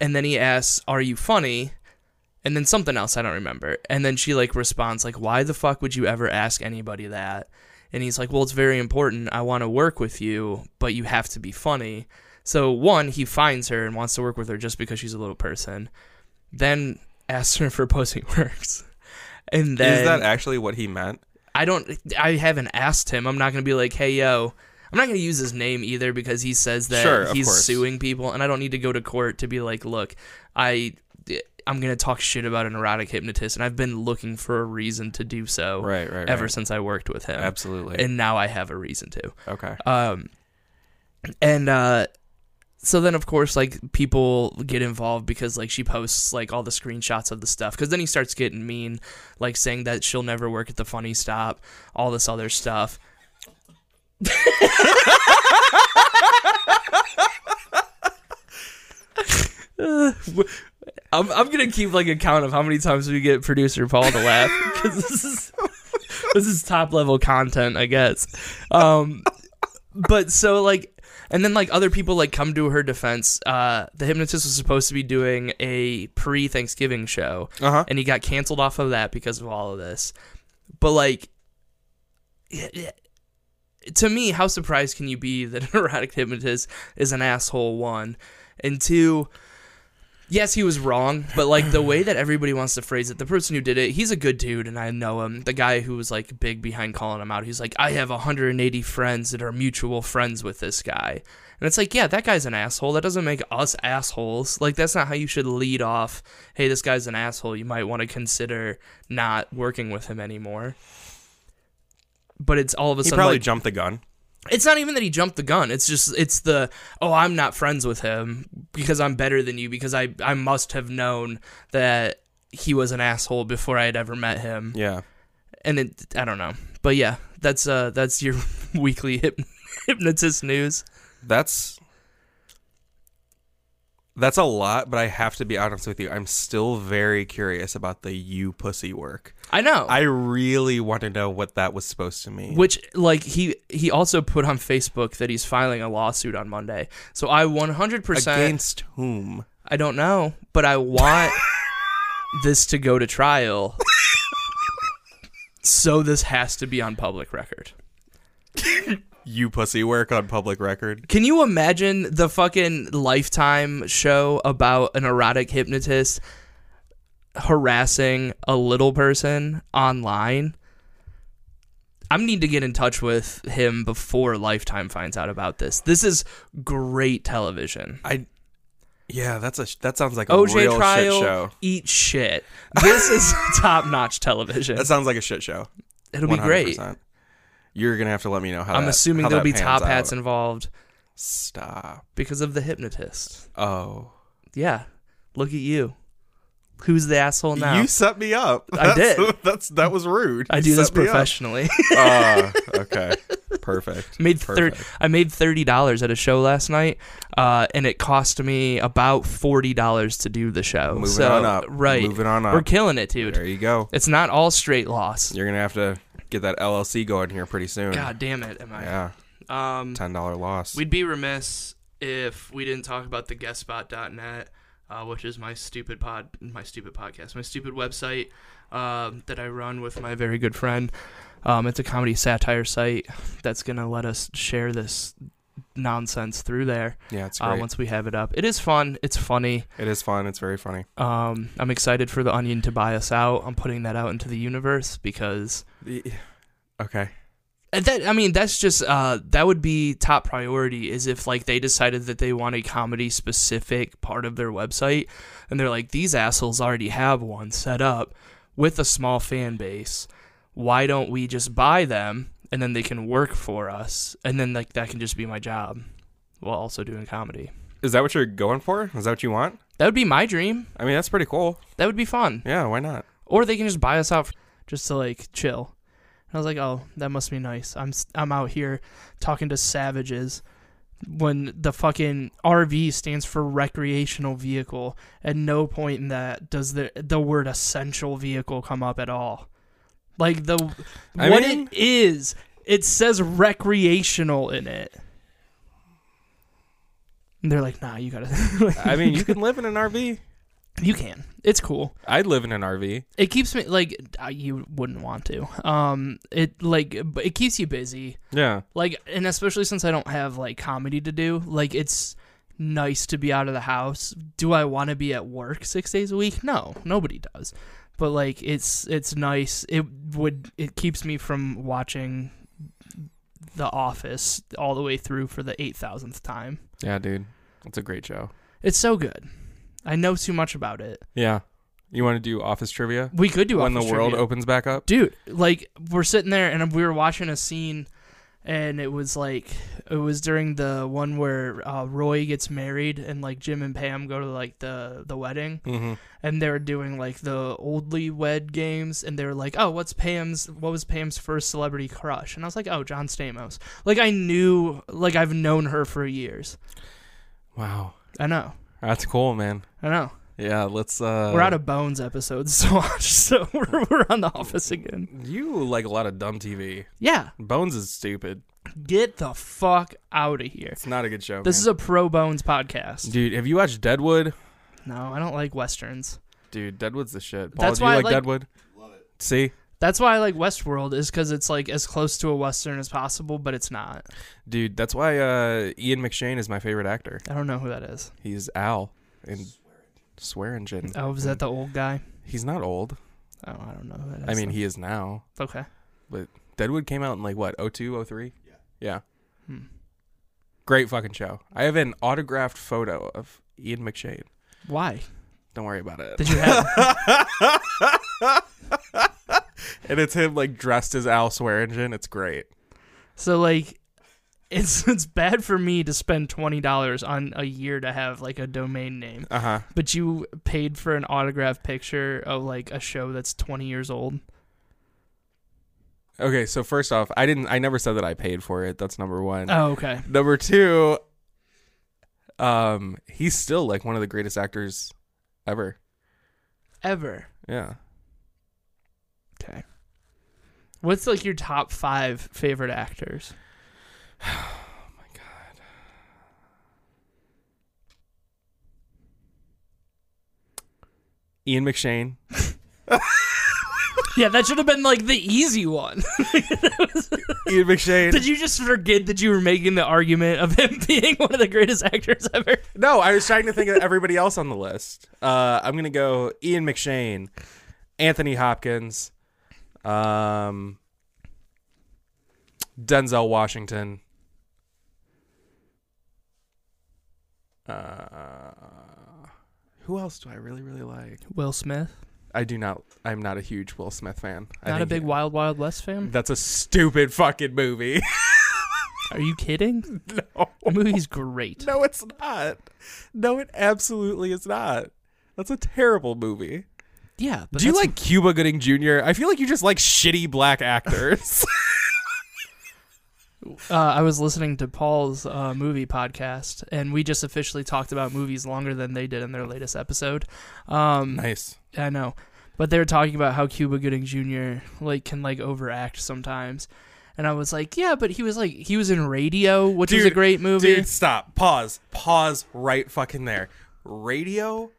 S1: And then he asks, "Are you funny?" And then something else I don't remember. And then she like responds like, "Why the fuck would you ever ask anybody that?" And he's like, "Well, it's very important. I want to work with you, but you have to be funny." So one, he finds her and wants to work with her just because she's a little person. *laughs* Then asks her for pussy works. And then
S2: Is that actually what he meant?
S1: I don't. I haven't asked him. I'm not gonna be like, hey yo. I'm not gonna use his name either because he says that
S2: Sure, of
S1: he's
S2: course.
S1: suing people, and I don't need to go to court to be like, look, I. I'm gonna talk shit about an erotic hypnotist, and I've been looking for a reason to do so
S2: Right, right,
S1: ever
S2: right.
S1: since I worked with him,
S2: Absolutely.
S1: and now I have a reason to.
S2: okay.
S1: Um, and uh, so then of course like people get involved because like she posts like all the screenshots of the stuff because then he starts getting mean, like saying that she'll never work at the funny stop, all this other stuff. *laughs* Uh, w- I'm, I'm gonna keep like a count of how many times we get producer Paul to laugh because this is this is top level content, I guess. Um, but so like and then like other people like come to her defense uh the hypnotist was supposed to be doing a pre-thanksgiving show
S2: Uh-huh.
S1: and he got canceled off of that because of all of this but like to me how surprised can you be that an *laughs* erotic hypnotist is an asshole one and two yes he was wrong but like the way that everybody wants to phrase it the person who did it he's a good dude and i know him the guy who was like big behind calling him out he's like i have 180 friends that are mutual friends with this guy and it's like yeah that guy's an asshole that doesn't make us assholes like that's not how you should lead off hey this guy's an asshole you might want to consider not working with him anymore but it's all of a
S2: He
S1: sudden
S2: probably
S1: like,
S2: jumped the gun.
S1: it's not even that he jumped the gun. It's just it's the oh I'm not friends with him because I'm better than you because I I must have known that he was an asshole before I had ever met him.
S2: Yeah.
S1: And it I don't know. But yeah, that's uh that's your *laughs* weekly hyp- *laughs* hypnotist news.
S2: That's that's a lot, but I have to be honest with you. I'm still very curious about the you pussy work.
S1: I know.
S2: I really want to know what that was supposed to mean.
S1: which like he he also put on Facebook that he's filing a lawsuit on Monday. So I 100%
S2: Against whom?
S1: I don't know, but I want this to go to trial. so this has to be on public record.
S2: You pussy work on public record.
S1: Can you imagine the fucking lifetime show about an erotic hypnotist harassing a little person online? I need to get in touch with him before Lifetime finds out about this. This is great television.
S2: I Yeah, that's a sh- that sounds like a
S1: OJ
S2: real
S1: trial,
S2: shit show.
S1: eat shit. This
S2: *laughs*
S1: is top notch television.
S2: That sounds like a shit show.
S1: It'll be great.
S2: 100%. You're going to have to let me know how
S1: I'm
S2: that-
S1: assuming
S2: how
S1: there'll be
S2: that pans
S1: top
S2: out.
S1: hats involved
S2: Stop.
S1: because of the hypnotist.
S2: Oh.
S1: Yeah. Look at you. Who's the asshole now?
S2: You set me up.
S1: I
S2: That's- *laughs*
S1: did.
S2: That's that was rude.
S1: I
S2: You
S1: do this
S2: set me up. *laughs*
S1: professionally.
S2: Ah,
S1: *laughs*
S2: okay. Perfect.
S1: made thirty.
S2: Perfect.
S1: I made thirty dollars at a show last night, uh, and it cost me about forty dollars to do the show.
S2: Moving
S1: so,
S2: on up.
S1: Right.
S2: Moving on
S1: We're
S2: up.
S1: killing it, dude.
S2: There you go.
S1: It's not all straight loss.
S2: You're gonna have to get that LLC going here pretty soon.
S1: God damn it, am I?
S2: Yeah.
S1: Um,
S2: Ten dollar loss.
S1: We'd be remiss if we didn't talk about the guestspot.net, uh, which is my stupid pod, my stupid podcast, my stupid website um, that I run with my very good friend. Um, it's a comedy satire site that's gonna let us share this nonsense through there
S2: yeah, it's
S1: uh,
S2: great.
S1: once we have it up. It is fun. It's funny.
S2: it is fun. It's very funny.
S1: Um, I'm excited for the Onion to buy us out. I'm putting that out into the universe because
S2: Okay.
S1: uh, That I mean, that's just uh, that would be top priority. Is if like they decided that they want a comedy specific part of their website, and they're like, these assholes already have one set up with a small fan base. Why don't we just buy them and then they can work for us, and then like that can just be my job while also doing comedy.
S2: Is that what you're going for? Is that what you want?
S1: That would be my dream.
S2: I mean, that's pretty cool.
S1: That would be fun.
S2: Yeah, why not?
S1: Or they can just buy us out f- just to like chill. And I was like, oh, that must be nice. I'm s- I'm out here talking to savages when the fucking RV stands for recreational vehicle. At no point in that does the the word essential vehicle come up at all. Like the
S2: *sighs* I
S1: what
S2: mean-
S1: it is, it says recreational in it. And they're like, nah, you gotta. *laughs*
S2: I mean, you can live in an RV.
S1: you can. It's cool
S2: *laughs* I'd live in an RV.
S1: it keeps me like uh, you wouldn't want to um it like b- it keeps you busy
S2: Yeah.
S1: like and especially since i don't have like comedy to do like it's nice to be out of the house do i want to be at work six days a week no nobody does but like it's it's nice. It would it keeps me from watching The Office all the way through for the eight thousandth time.
S2: Yeah, dude. That's a great show.
S1: It's so good. I know too much about it.
S2: Yeah. You want to do office trivia?
S1: We could do
S2: when the
S1: Office
S2: world
S1: trivia.
S2: opens back up?
S1: dude like we're sitting there and we were watching a scene and it was like it was during the one where uh, roy gets married and like jim and pam go to like the the wedding
S2: Mm-hmm.
S1: and they were doing like the oldly wed games and they were like oh what's pam's what was pam's first celebrity crush and i was like oh john stamos like i knew like i've known her for years
S2: Wow.
S1: i know
S2: That's cool, man.
S1: i know
S2: Yeah, let's uh
S1: we're out of bones episodes to *laughs* watch so we're, we're on the office again
S2: You like a lot of dumb TV.
S1: yeah
S2: Bones is stupid.
S1: get the fuck out of here
S2: It's not a good show.
S1: This is a pro bones podcast.
S2: Dude, have you watched Deadwood?
S1: No, I don't like westerns.
S2: Dude, Deadwood's the shit. Paul,
S1: That's
S2: do you
S1: why I
S2: like,
S1: like-
S2: Deadwood? Love it. See?
S1: That's why I like Westworld is because it's like as close to a western as possible, but it's not.
S2: Dude, that's why uh, Ian McShane is my favorite actor.
S1: I don't know who that is.
S2: He's Al in Swearingen. Mm.
S1: Oh, is that the old guy?
S2: He's not old.
S1: Oh, I don't know who that is.
S2: I mean, he is now.
S1: okay.
S2: Deadwood came out in like what, 02, 03? Yeah. Yeah.
S1: Hmm.
S2: Great fucking show. I have an autographed photo of Ian McShane.
S1: Why
S2: Don't worry about it.
S1: did you have?
S2: *laughs* and it's him like dressed as Al Swearingen. It's great.
S1: so like, *laughs* it's it's bad for me to spend twenty dollars on a year to have like a domain name,
S2: Uh huh.
S1: but you paid for an autographed picture of like a show that's twenty years old.
S2: Okay, so first off, I didn't. I never said that I paid for it. That's number one.
S1: Oh, okay.
S2: Number two, um, he's still like one of the greatest actors ever.
S1: Ever.
S2: Yeah.
S1: Okay. What's like your top five favorite actors?
S2: Ian McShane.
S1: Yeah, that should have been like the easy
S2: *laughs*
S1: one.
S2: *laughs* Ian McShane.
S1: Did you just forget that you were making the argument of him *laughs* being one of the greatest actors ever?
S2: No, I was trying to think of everybody else on the list. Uh, I'm gonna go Ian McShane, Anthony Hopkins, um, Denzel Washington. Uh, who else do I really really like?
S1: Will Smith,
S2: I do not. I'm not a huge Will Smith fan. I
S1: not a big
S2: think
S1: Wild Wild West
S2: he-
S1: fan.
S2: that's a stupid fucking movie. *laughs* Mm.
S1: Are you kidding?
S2: no, *laughs*
S1: The movie's great.
S2: no, it's not. No, it absolutely is not. That's a terrible movie.
S1: Yeah. But
S2: Do you
S1: that's-
S2: like Cuba Gooding Jr.? I feel like you just like shitty
S1: *laughs*
S2: black actors.
S1: Uh, I was listening to Paul's uh, movie podcast, and we just officially talked about movies longer than they did in their latest episode. Um,
S2: nice.
S1: I know, but they were talking about how Cuba Gooding Jr. like can like overact sometimes, and I was like, yeah, but he was like he was in Radio, which is a
S2: Dude,
S1: great movie.
S2: Dude, stop. Pause. Pause right fucking there. Radio.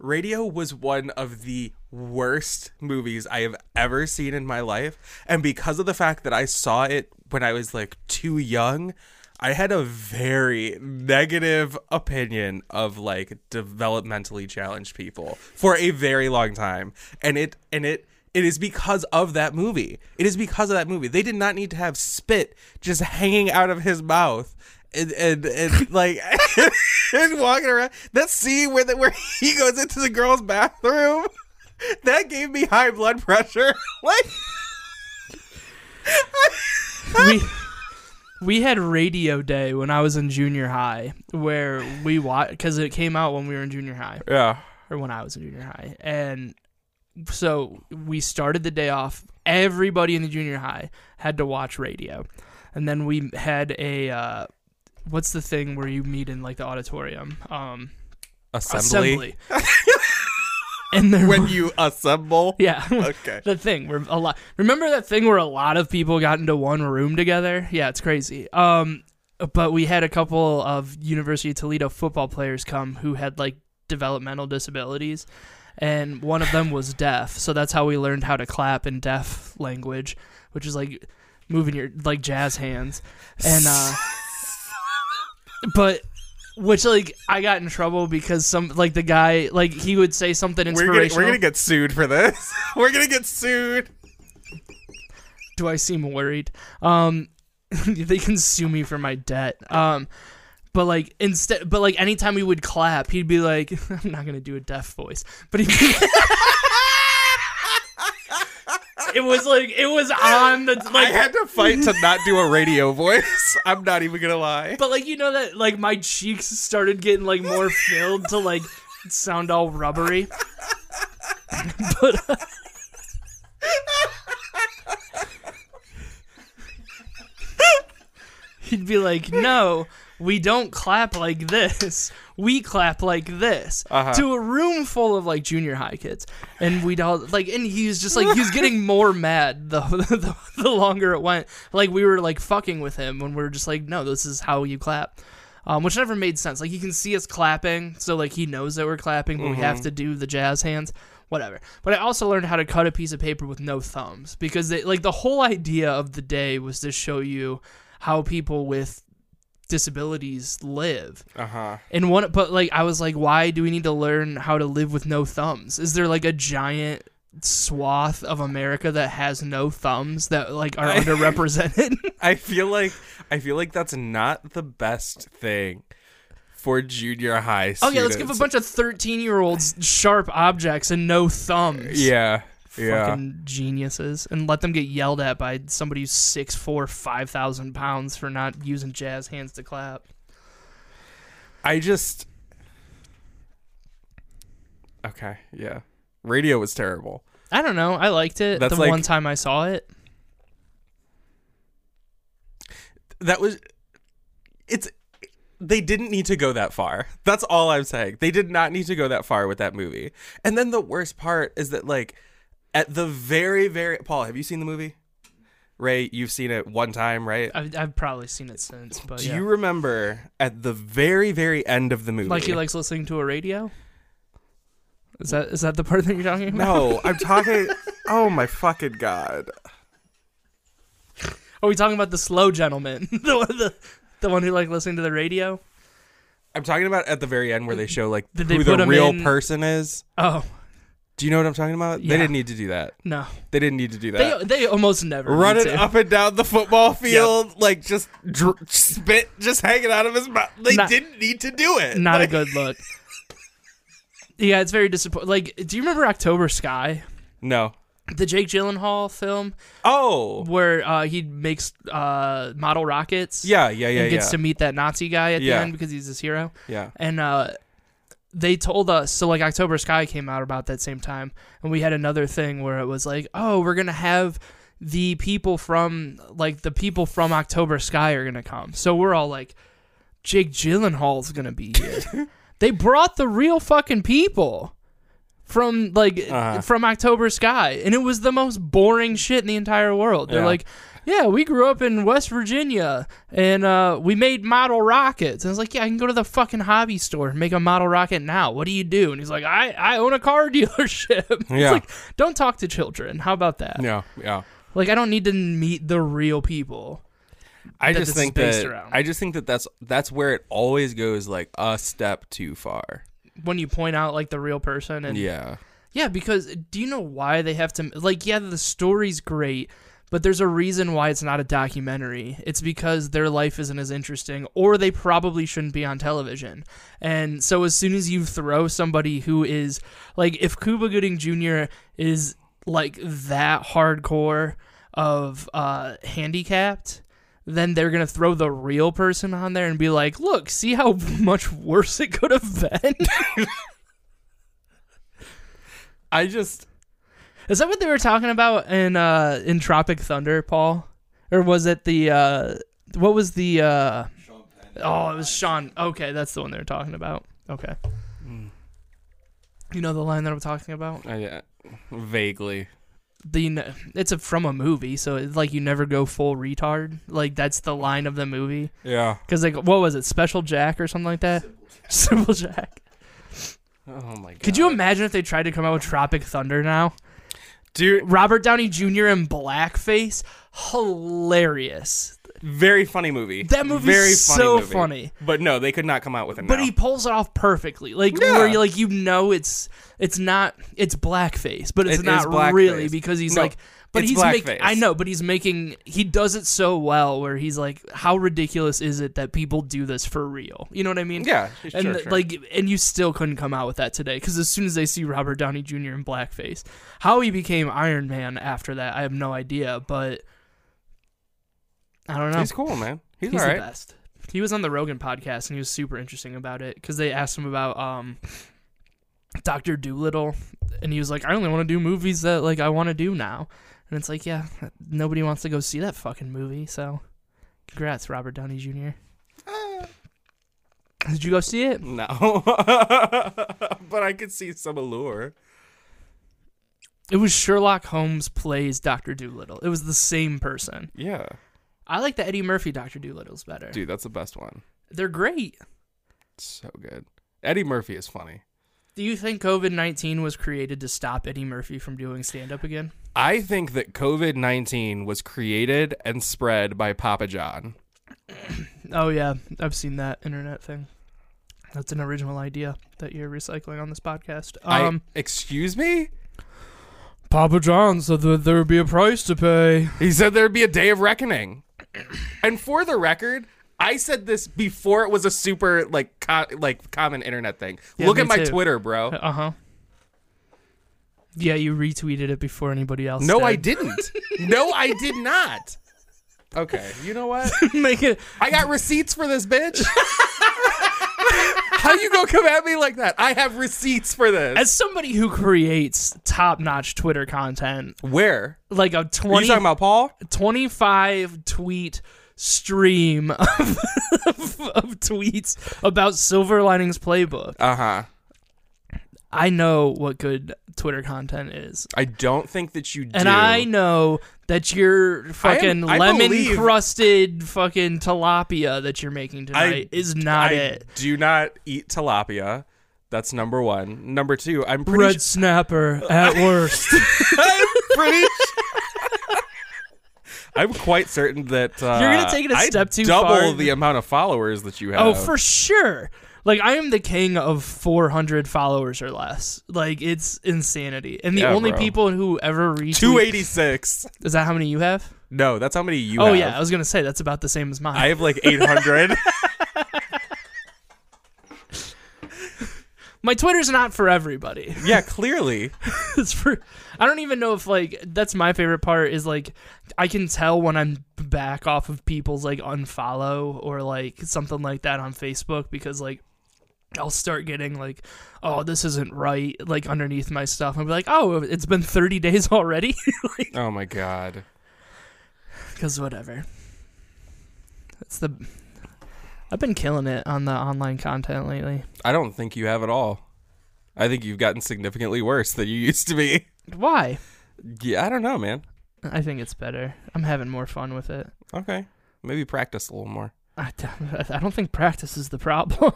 S2: Radio was one of the worst movies I have ever seen in my life. And because of the fact that I saw it when I was like too young, I had a very negative opinion of like developmentally challenged people for a very long time. And it, and it, It is because of that movie. It is because of that movie. They did not need to have spit just hanging out of his mouth and and, and like *laughs* and walking around. That scene where the, where he goes into the girl's bathroom, *laughs* that gave me high blood pressure. *laughs* like
S1: we we had radio day when I was in junior high, where we watched because it came out when we were in junior high
S2: yeah,
S1: or when I was in junior high, and so we started the day off. Everybody in the junior high had to watch radio, and then we had a uh, what's the thing where you meet in like the auditorium um,
S2: assembly.
S1: assembly, and there
S2: When
S1: were-
S2: you
S1: *laughs*
S2: assemble,
S1: yeah.
S2: okay.
S1: The thing where a lot remember that thing where a lot of people got into one room together? Yeah, it's crazy. Um but we had a couple of University of Toledo football players come who had like developmental disabilities and one of
S2: *sighs*
S1: them was deaf. So that's how we learned how to clap in deaf language, which is like
S2: *laughs*
S1: moving your like jazz hands. And uh but Which like I got in trouble because some like the guy like he would say something
S2: We're gonna,
S1: inspirational.
S2: we're gonna get sued for this. *laughs* we're gonna get sued.
S1: Do I seem worried? Um, *laughs* they can sue me for my debt. Um, but like instead, but like anytime we would clap, he'd be like, *laughs* "I'm not gonna do a deaf voice," but he. *laughs* it was like it was on the
S2: I
S1: like
S2: had to fight to not do a
S1: *laughs*
S2: radio voice. I'm not even gonna lie.
S1: But like you know that like my cheeks started getting like more filled to like sound all rubbery. but uh, he'd be like, "No, we don't clap like this. We clap like this." To a room full of like junior high kids, and we'd all like, and he was just like, he was getting more mad the *laughs* the, the longer it went. Like we were like fucking with him when we were just like, "No, this is how you clap." Um, which never made sense. Like you can see us clapping, so like he knows that we're clapping, but we have to do the jazz hands, whatever. But I also learned how to cut a piece of paper with no thumbs because they, like the whole idea of the day was to show you how people with disabilities live.
S2: Uh huh.
S1: And one, but like I was like, why do we need to learn how to live with no thumbs? Is there like a giant swath of America that has no thumbs that
S2: *laughs*
S1: like are underrepresented?
S2: I feel like I feel like that's not the best thing for junior high. Students.
S1: Oh yeah, let's give a bunch of thirteen-year-olds sharp objects and no thumbs.
S2: Yeah, yeah.
S1: Fucking geniuses, and let them get yelled at by somebody who's six four, five thousand pounds for not using jazz hands to clap.
S2: I just okay. Yeah, radio was terrible.
S1: I don't know. I liked it
S2: That's
S1: the
S2: like-
S1: one time I saw it.
S2: That was it's. They didn't need to go that far. That's all I'm saying. They did not need to go that far with that movie. And then the worst part is that like at the very very Paul, have you seen the movie? Ray, you've seen it one time, right?
S1: I've, I've probably seen it since, but
S2: Do
S1: Oh, yeah.
S2: you remember at the very, very end of the movie?
S1: like *laughs* he likes listening to a radio. Is that is that the part that you're talking about?
S2: No, I'm talking. oh my fucking god!
S1: Are we talking about the slow gentleman, *laughs* the one the, the one who like listening to the radio?
S2: I'm talking about at the very end where they show like
S1: Did they
S2: who
S1: put
S2: the
S1: 'em
S2: real
S1: in-
S2: person is.
S1: Oh
S2: Do you know what I'm talking about?
S1: Yeah.
S2: They didn't need to do that.
S1: no,
S2: They didn't need to
S1: *laughs*
S2: do
S1: they
S2: that.
S1: they almost never need
S2: Uh, Running
S1: to.
S2: up and down the football field, like just dr- spit, just hanging out of his mouth. They
S1: Not-
S2: didn't need to do it.
S1: not a
S2: Like,
S1: good look. Yeah, it's very disappointing. Like, do you remember October Sky,
S2: No.
S1: the Jake Gyllenhaal film
S2: Oh.
S1: where uh, he makes uh, model rockets?
S2: Yeah. Yeah. Yeah.
S1: and gets
S2: Yeah.
S1: to meet that Nazi guy at
S2: Yeah.
S1: the end because he's his hero.
S2: yeah.
S1: And uh, they told us so like October Sky came out about that same time, and we had another thing where it was like, oh, we're gonna have the people from like the people from October Sky are gonna come. So we're all like, Jake Gyllenhaal's gonna be
S2: *laughs*
S1: here. they brought the real fucking people from like
S2: Uh-huh.
S1: from October Sky, and it was the most boring shit in the entire world. They're
S2: Yeah.
S1: like, "Yeah, we grew up in West Virginia, and uh, we made model rockets." And I was like, "Yeah, I can go to the fucking hobby store and make a model rocket now. What do you do?" And he's like, "I I own a car *laughs* dealership." It's
S2: Yeah.
S1: like, don't talk to children. How about that?
S2: Yeah. Yeah.
S1: Like, I don't need to meet the real people.
S2: I
S1: that
S2: just
S1: this is
S2: think
S1: based
S2: that
S1: around.
S2: I just think that that's that's where it always goes like a step too far.
S1: When you point out like the real person and
S2: Yeah.
S1: Yeah, because uh, do you know why they have to like yeah, the story's great, but there's a reason why it's not a documentary. It's because their life isn't as interesting or they probably shouldn't be on television. And so as soon as you throw somebody who is like if Cuba Gooding Jr is like that hardcore of uh handicapped, then they're going to throw the real person on there and be like, "Look, see how *laughs* much worse it could have been."
S2: I just
S1: Is that what they were talking about in uh in Tropic Thunder, Paul? Or was it the uh what was the uh Oh, it was Sean. Okay, that's the one they were talking about. Okay. You know the line that I'm talking about?
S2: Mm. I, uh, vaguely.
S1: The n- it's a, from a movie, so it's like you never go full retard. Like that's the line of the movie.
S2: Yeah.
S1: Cuz like what was it? Special Jack or something like that? Simple Jack. *laughs*
S2: Oh my god.
S1: Could you imagine if they tried to come out with Tropic Thunder now?
S2: dude?
S1: Robert Downey Jr. in blackface, hilarious.
S2: Very funny movie.
S1: That movie's
S2: Very funny
S1: so
S2: movie.
S1: funny.
S2: But no, they could not come out with it
S1: but
S2: now.
S1: he pulls it off perfectly. Like
S2: Yeah.
S1: where you like you know it's it's not it's blackface, but it's
S2: It is
S1: not
S2: blackface.
S1: really because he's
S2: No,
S1: like but
S2: it's
S1: he's making
S2: blackface.
S1: I know, but he's making he does it so well where he's like how ridiculous is it that people do this for real? You know what I mean?
S2: Yeah,
S1: And
S2: sure,
S1: th-
S2: sure.
S1: like and you still couldn't come out with that today cuz as soon as they see Robert Downey Jr. in blackface, how he became Iron Man after that, I have no idea, but I don't know.
S2: he's cool, man. He's,
S1: He's
S2: all
S1: the
S2: right.
S1: best. He was on the Rogan podcast and he was super interesting about it because they asked him about um, Doctor Doolittle, and he was like, "I only want to do movies that like I want to do now," and it's like, yeah, nobody wants to go see that fucking movie. So, congrats, Robert Downey Jr.
S2: Ah.
S1: Did you go see it?
S2: No, *laughs* but I could see some allure.
S1: It was Sherlock Holmes plays Doctor Doolittle. It was the same person.
S2: Yeah,
S1: I like the Eddie Murphy Doctor Doolittle's better.
S2: dude, that's the best one.
S1: They're great.
S2: It's so good. Eddie Murphy is funny.
S1: Do you think COVID nineteen was created to stop Eddie Murphy from doing stand up again?
S2: I think that COVID nineteen was created and spread by Papa John.
S1: Oh yeah, I've seen that internet thing. That's an original idea that you're recycling on this podcast. Um,
S2: I, excuse me.
S1: Papa John said that there would be a price to pay.
S2: He said there'd be a day
S1: *clears throat*
S2: of reckoning. And for the record, I said this before it was a super like co- like common internet thing.
S1: Yeah,
S2: Look
S1: me
S2: at my
S1: too.
S2: Twitter, bro.
S1: *laughs* Uh huh. Yeah, you retweeted it before anybody else.
S2: No,
S1: did. *laughs*
S2: I didn't. no, I did not. Okay, you
S1: *laughs*
S2: know what?
S1: Make it.
S2: I got receipts for this, bitch. How you gonna come at me like that? I have receipts for this.
S1: As somebody who creates top-notch Twitter content,
S2: Where?
S1: like a
S2: Are you
S1: 20,
S2: talking about Paul?
S1: 25 tweet stream of, *laughs* of, tweets about Silver Linings Playbook,
S2: Uh huh.
S1: I know what good Twitter content is.
S2: I don't think that you do.
S1: And I know that your fucking
S2: I
S1: lemon
S2: believe-
S1: crusted fucking tilapia that you're making tonight is not
S2: I
S1: it.
S2: do not eat tilapia. That's number one. Number two, I'm
S1: *laughs*
S2: pretty
S1: Red
S2: *laughs*
S1: snapper at worst.
S2: pretty. sh- *laughs* I'm quite certain that uh,
S1: You're gonna take it a
S2: I
S1: step too
S2: double
S1: far.
S2: the amount of followers that you have.
S1: oh, for sure. Like I am the king of 400 followers or less. Like it's insanity. And the
S2: Yeah,
S1: only
S2: bro.
S1: people who ever reach
S2: 286.
S1: is that how many you have?
S2: No, that's how many you
S1: oh
S2: have.
S1: yeah, I was gonna say that's about the same as mine.
S2: I have like
S1: *laughs*
S2: 800.
S1: My Twitter's not for everybody.
S2: yeah, clearly.
S1: it's for I don't even know if like that's my favorite part is like I can tell when I'm back off of people's like unfollow or like something like that on Facebook because like I'll start getting like oh this isn't right like underneath my stuff I'll be like oh it's been 30 *laughs* days already like
S2: Oh my god.
S1: cuz whatever That's the I've been killing it on the online content lately
S2: I don't think you have at all. I think you've gotten significantly worse than you used to be.
S1: why
S2: Yeah, I don't know, man.
S1: I think it's better I'm having more fun with it
S2: Okay. Maybe practice a little more.
S1: I, d- I don't think practice is the problem.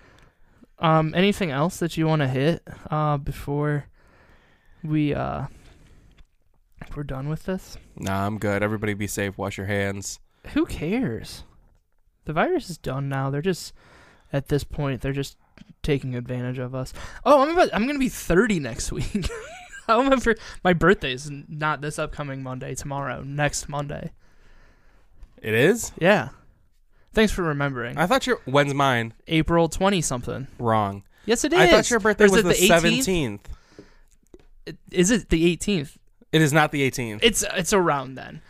S1: *laughs* um, anything else that you want to hit uh, before we uh, we're done with this?
S2: Nah, I'm good. Everybody be safe. Wash your hands.
S1: Who cares? The virus is done now. They're just at this point they're just taking advantage of us. Oh, I'm about, I'm gonna be 30 next *laughs* week. How am I for my birthday is n- not this upcoming Monday. Tomorrow, next Monday.
S2: It is?
S1: Yeah. Thanks for remembering.
S2: I thought your when's mine?
S1: April 20 something.
S2: Wrong.
S1: Yes, it is.
S2: I thought your birthday
S1: Or is it
S2: was the,
S1: 18th?
S2: 17th.
S1: It- Is it the 18th?
S2: It is not the 18th.
S1: It's it's around then.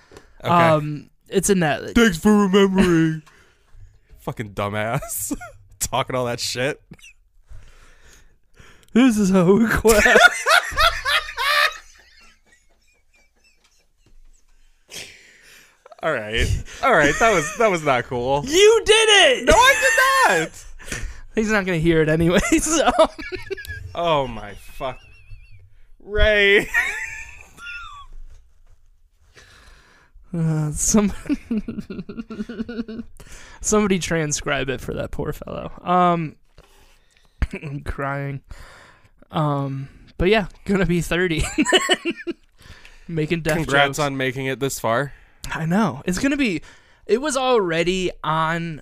S2: Okay.
S1: Um, it's in that.
S2: Thanks for remembering. Fucking dumbass. *laughs* Talking all that shit.
S1: This is how we
S2: *laughs*
S1: clap.
S2: All right. All right. That was that was
S1: *laughs*
S2: not cool.
S1: you did it.
S2: No, I did not.
S1: He's not gonna hear it anyway. *laughs* So.
S2: Oh my fuck. Ray.
S1: Uh, some *laughs* somebody transcribe it for that poor fellow. Um, *coughs* I'm crying. Um, but yeah, gonna be thirty. *laughs* Making death
S2: *laughs* Congrats
S1: jokes.
S2: on making it this far.
S1: I know it's gonna be. it was already on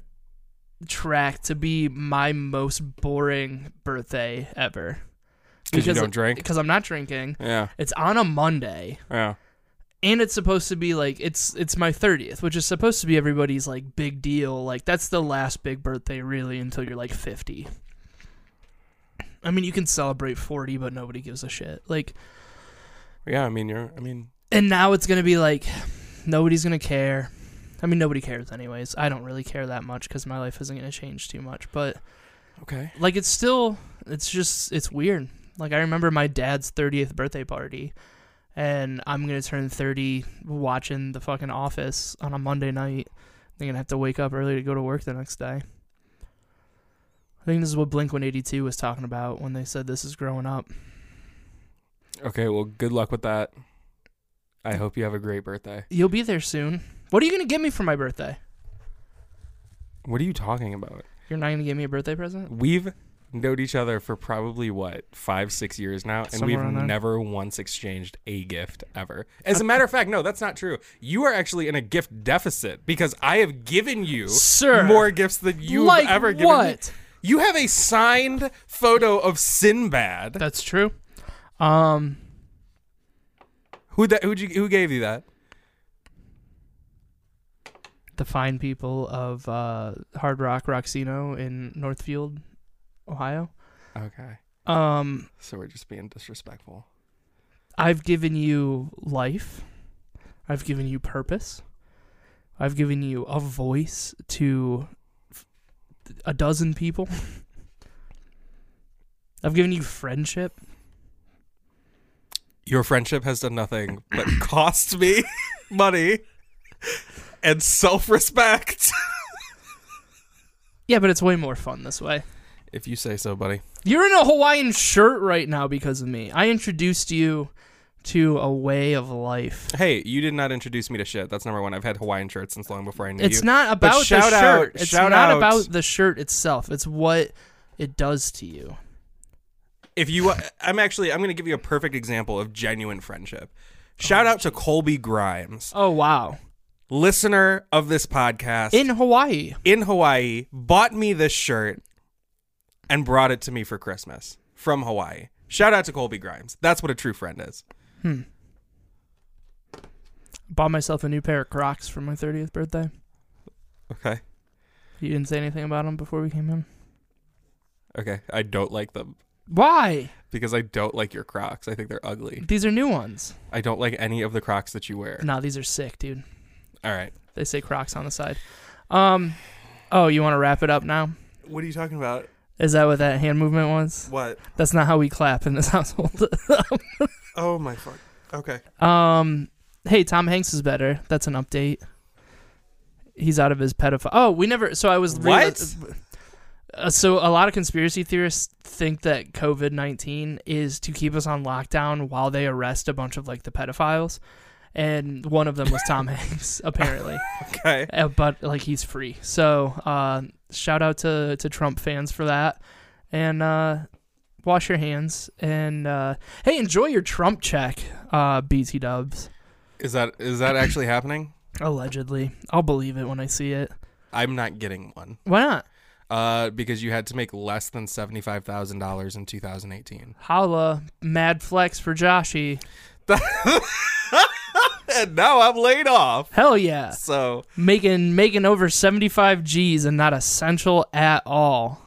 S1: track to be my most boring birthday ever.
S2: 'Cause you don't drink?
S1: Because I'm not drinking.
S2: Yeah.
S1: It's on a Monday
S2: Yeah.
S1: and it's supposed to be like it's it's my 30th which is supposed to be everybody's like big deal like that's the last big birthday really until you're like 50 i mean you can celebrate 40 but nobody gives a shit like
S2: Yeah. I mean, you're. I mean,
S1: and now it's gonna be like nobody's gonna care i mean nobody cares anyways i don't really care that much because my life isn't gonna change too much but
S2: okay.
S1: like it's still it's just it's weird like i remember my dad's 30th birthday party and i'm gonna turn 30 watching the fucking office on a monday night i'm gonna have to wake up early to go to work the next day i think this is what blink 182 was talking about when they said this is growing up
S2: Okay. Well, good luck with that. I hope you have a great birthday.
S1: you'll be there soon what are you gonna get me for my birthday
S2: What are you talking about?
S1: you're not gonna give me a birthday present
S2: We've known each other for probably what five, six years now, and
S1: Somewhere around
S2: we've
S1: there.
S2: never once exchanged a gift ever. As a matter of fact, no, that's not true. You are actually in a gift deficit because I have given you
S1: Sir.
S2: more gifts than you've
S1: Like
S2: ever given. me.
S1: what?
S2: You have a signed photo of Sinbad.
S1: that's true um
S2: who that? Who who gave you that?
S1: the fine people of uh, Hard Rock Roxino in Northfield, Ohio.
S2: Okay,
S1: Um,
S2: so we're just being disrespectful.
S1: I've given you life. I've given you purpose. I've given you a voice to f- a dozen people. *laughs* I've given you friendship.
S2: Your friendship has done nothing but *coughs* cost me *laughs* money and self-respect. *laughs*
S1: Yeah, but it's way more fun this way.
S2: If you say so, buddy.
S1: You're in a Hawaiian shirt right now because of me. I introduced you to a way of life.
S2: Hey, you did not introduce me to shit. That's number one. I've had Hawaiian shirts since long before I knew
S1: It's
S2: you.
S1: not
S2: But
S1: about
S2: shout
S1: the
S2: out-
S1: shirt. it's
S2: shout
S1: not
S2: outs.
S1: about the shirt itself. It's what it does to you.
S2: if you, uh, I'm actually, I'm going to give you a perfect example of genuine friendship. Shout out to Colby Grimes,
S1: Oh wow!
S2: listener of this podcast
S1: In Hawaii,
S2: in Hawaii, bought me this shirt and brought it to me for Christmas from Hawaii. Shout out to Colby Grimes. That's what a true friend is.
S1: bought myself a new pair of Crocs for my thirtieth birthday.
S2: Okay.
S1: You didn't say anything about them before we came in.
S2: Okay. I don't like them
S1: Why?
S2: because I don't like your Crocs. I think they're ugly.
S1: These are new ones.
S2: I don't like any of the Crocs that you wear.
S1: Nah, these are sick, dude.
S2: All right.
S1: They say Crocs on the side. Um, oh, you want to wrap it up now?
S2: What are you talking about?
S1: Is that what that hand movement was?
S2: What?
S1: That's not how we clap in this *laughs* household.
S2: Oh my fuck. Okay.
S1: Um, hey, Tom Hanks is better. That's an update. He's out of his pedophile. Oh, we never. So I was
S2: What?
S1: Uh, so a lot of conspiracy theorists think that COVID nineteen is to keep us on lockdown while they arrest a bunch of like the pedophiles, and one of them was Tom Hanks apparently.
S2: *laughs* Okay.
S1: Uh, but like he's free. So uh, shout out to to Trump fans for that, and uh, wash your hands. And uh, hey, enjoy your Trump check, uh, BT Dubs.
S2: Is that is that actually happening?
S1: Allegedly, I'll believe it when I see it.
S2: I'm not getting one.
S1: Why not?
S2: Uh, because you had to make less than seventy five thousand dollars in two thousand eighteen.
S1: Holla, mad flex for Joshy.
S2: And now I'm laid off.
S1: Hell yeah,
S2: So
S1: making making over seventy five G's and not essential at all.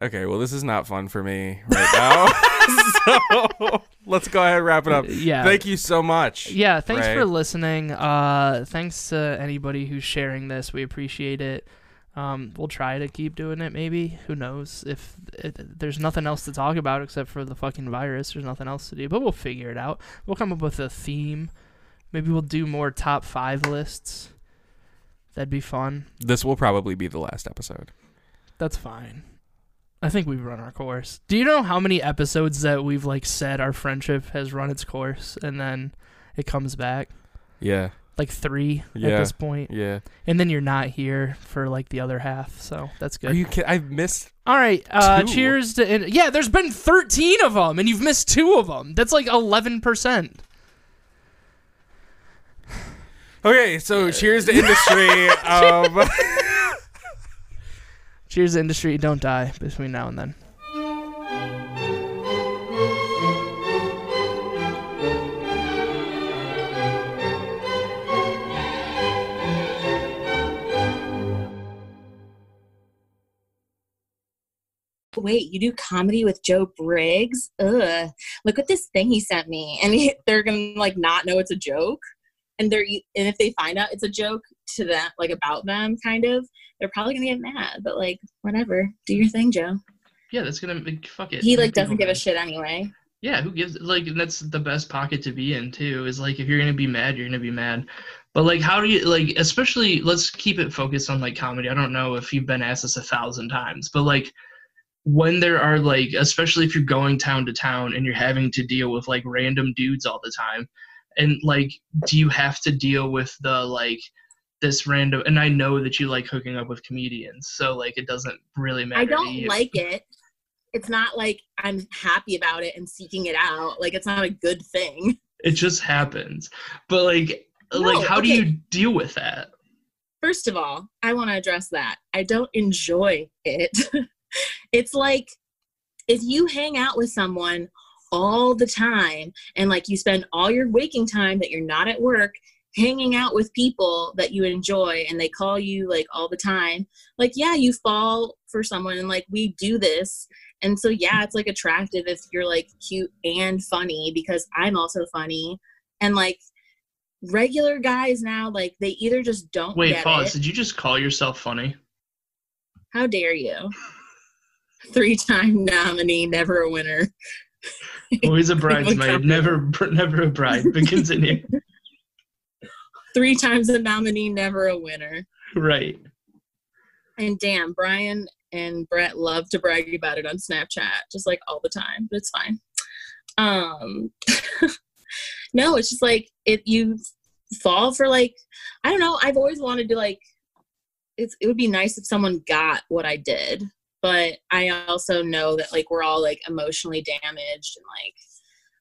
S2: Okay, well this is not fun for me right *laughs* now. so let's go ahead and wrap it up.
S1: Yeah.
S2: Thank you so much.
S1: yeah thanks
S2: Right.
S1: for listening uh thanks to anybody who's sharing this we appreciate it um we'll try to keep doing it maybe who knows if it, there's nothing else to talk about except for the fucking virus there's nothing else to do but we'll figure it out we'll come up with a theme maybe we'll do more top five lists that'd be fun
S2: This will probably be the last episode.
S1: that's fine i think we've run our course do you know how many episodes that we've like said our friendship has run its course and then it comes back
S2: Yeah.
S1: like three at
S2: Yeah.
S1: this point.
S2: Yeah.
S1: And then you're not here for like the other half, so that's good.
S2: Are you kidding? I've missed
S1: All right, uh,
S2: Two.
S1: cheers to and, yeah. There's been 13 of them, and you've missed two of them. That's like 11 percent.
S2: Okay, so cheers to *laughs* industry. um,
S3: Cheers, industry. Don't die between now and then.
S4: wait, you do comedy with Joe Briggs? Ugh, look at this thing he sent me. And they're gonna like not know it's a joke. And they're e, and if they find out it's a joke to them, like about them, kind of, they're probably gonna get mad. But like, whatever, do your thing, Joe.
S1: Yeah, that's gonna make fuck it.
S4: He
S1: Make
S4: like doesn't
S1: people
S4: give a
S1: mad.
S4: shit anyway.
S1: Yeah, who gives like and that's the best pocket to be in too, is like if you're gonna be mad, you're gonna be mad. But like how do you like especially let's keep it focused on like comedy. I don't know if you've been asked this a thousand times, but like when there are like especially if you're going town to town and you're having to deal with like random dudes all the time and like do you have to deal with the like this random and I know that you like hooking up with comedians, so like it doesn't really matter.
S4: I
S1: to
S4: don't
S1: you.
S4: like it. It's not like I'm happy about it and seeking it out. Like it's not a good thing.
S1: it just happens but like
S4: No,
S1: like how do
S4: okay.
S1: you deal with that
S4: First of all, I want to address that. I don't enjoy it. *laughs* it's like if you hang out with someone all the time and like you spend all your waking time that you're not at work hanging out with people that you enjoy and they call you like all the time like yeah you fall for someone and like we do this and so yeah it's like attractive if you're like cute and funny because i'm also funny and like regular guys now like they either just don't
S1: wait
S4: get
S1: pause
S4: it.
S1: did you just call yourself
S4: *laughs*
S1: funny
S4: How dare you? Three time nominee, never a winner.
S1: always a
S4: Like,
S1: bridesmaid never *laughs* never a bride but continue *laughs*
S4: Three times a nominee, never a winner.
S1: right
S4: And damn, Brian and Brett love to brag about it on Snapchat, just like all the time, but it's fine. Um, *laughs* no, it's just like if you fall for like, I don't know, I've always wanted to like, it's, it would be nice if someone got what I did, but I also know that like we're all like emotionally damaged and like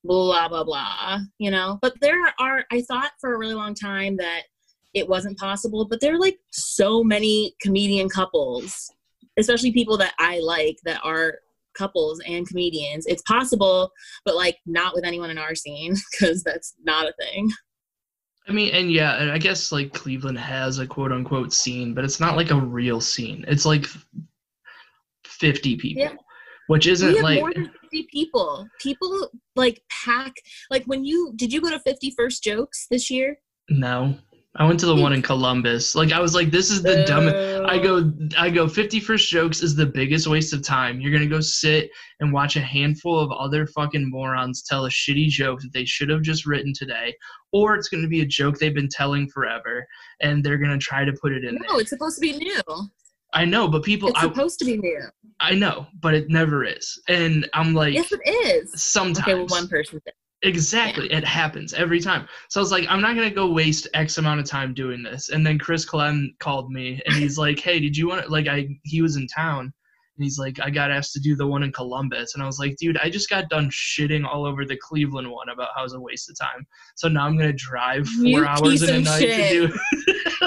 S4: blah, blah, blah, you know? But there are, I thought for a really long time that it wasn't possible but there are like so many comedian couples especially people that i like that are couples and comedians it's possible but like not with anyone in our scene *laughs* because that's not a thing
S1: i mean and yeah and i guess like cleveland has a quote unquote scene but it's not like a real scene it's like 50 people
S4: Yeah.
S1: which isn't
S4: we have
S1: like
S4: more than 50 people people like pack like when you did you go to 51st jokes this year
S1: no i went to the one in columbus like i was like this is
S4: Uh,
S1: the dumbest I go, I go. Fifty first jokes is the biggest waste of time. You're gonna go sit and watch a handful of other fucking morons tell a shitty joke that they should have just written today, or it's gonna be a joke they've been telling forever, and they're gonna try to put it in
S4: no
S1: there.
S4: it's supposed to be new
S1: I know, but people,
S4: it's
S1: I,
S4: supposed to be new
S1: I know, but it never is, and I'm like,
S4: yes it is
S1: sometimes.
S4: okay well one person did.
S1: Exactly. It happens every time. So I was like, I'm not gonna go waste X amount of time doing this. And then Chris Clem called me and
S4: *laughs*
S1: he's like, Hey, did you want to like I he was in town and he's like, I got asked to do the one in Columbus and I was like, dude, I just got done shitting all over the Cleveland one about how it's a waste of time. So now I'm gonna drive four
S4: You
S1: hours
S4: piece
S1: in a
S4: of
S1: night
S4: shit.
S1: to do *laughs*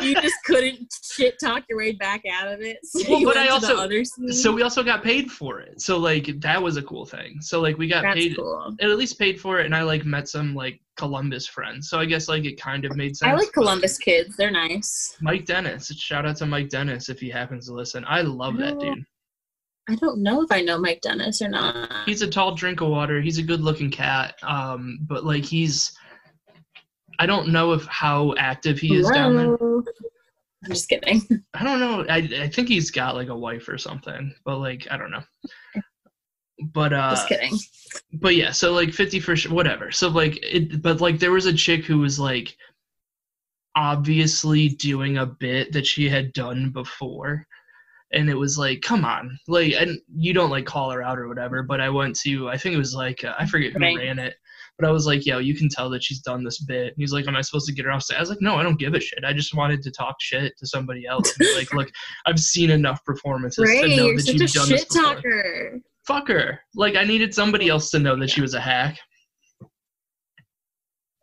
S4: you just couldn't shit talk your way back out of it. So
S1: Well,
S4: you
S1: but
S4: went
S1: I
S4: to the
S1: also-
S4: other scene.
S1: So we also got paid for it. So like that was a cool thing. So like we got
S4: that's
S1: paid
S4: cool.
S1: it at least paid for it and I like met some like Columbus friends. So I guess like it kind of made sense.
S4: I like
S1: but-
S4: Columbus kids. They're nice.
S1: Mike Dennis. Shout out to Mike Dennis if he happens to listen. I love that
S4: Oh.
S1: dude.
S4: I don't know if I know Mike Dennis or not.
S1: He's a tall drink of water. He's a good looking cat. Um, but like he's, I don't know if how active he is down there.
S4: Hello? I'm just kidding.
S1: I don't know. I I think he's got like a wife or something. But like I don't know. But uh,
S4: just kidding.
S1: but yeah, so like 50 for sh- whatever. So like it, but like there was a chick who was like obviously doing a bit that she had done before. And it was like, come on, like, and you don't like call her out or whatever. But I went to, I think it was like, uh, I forget who
S4: Right.
S1: ran it, but I was like, yo, you can tell that she's done this bit. And he's like, am I supposed to get her off? stage? I was like, no, I don't give a shit. I just wanted to talk shit to somebody else. And be
S4: *laughs*
S1: like, look, I've seen enough performances
S4: Ray,
S1: to know
S4: you're
S1: that
S4: such a
S1: you've done this
S4: shit
S1: before
S4: talker.
S1: fuck her. Like I needed somebody else to know that she was a hack.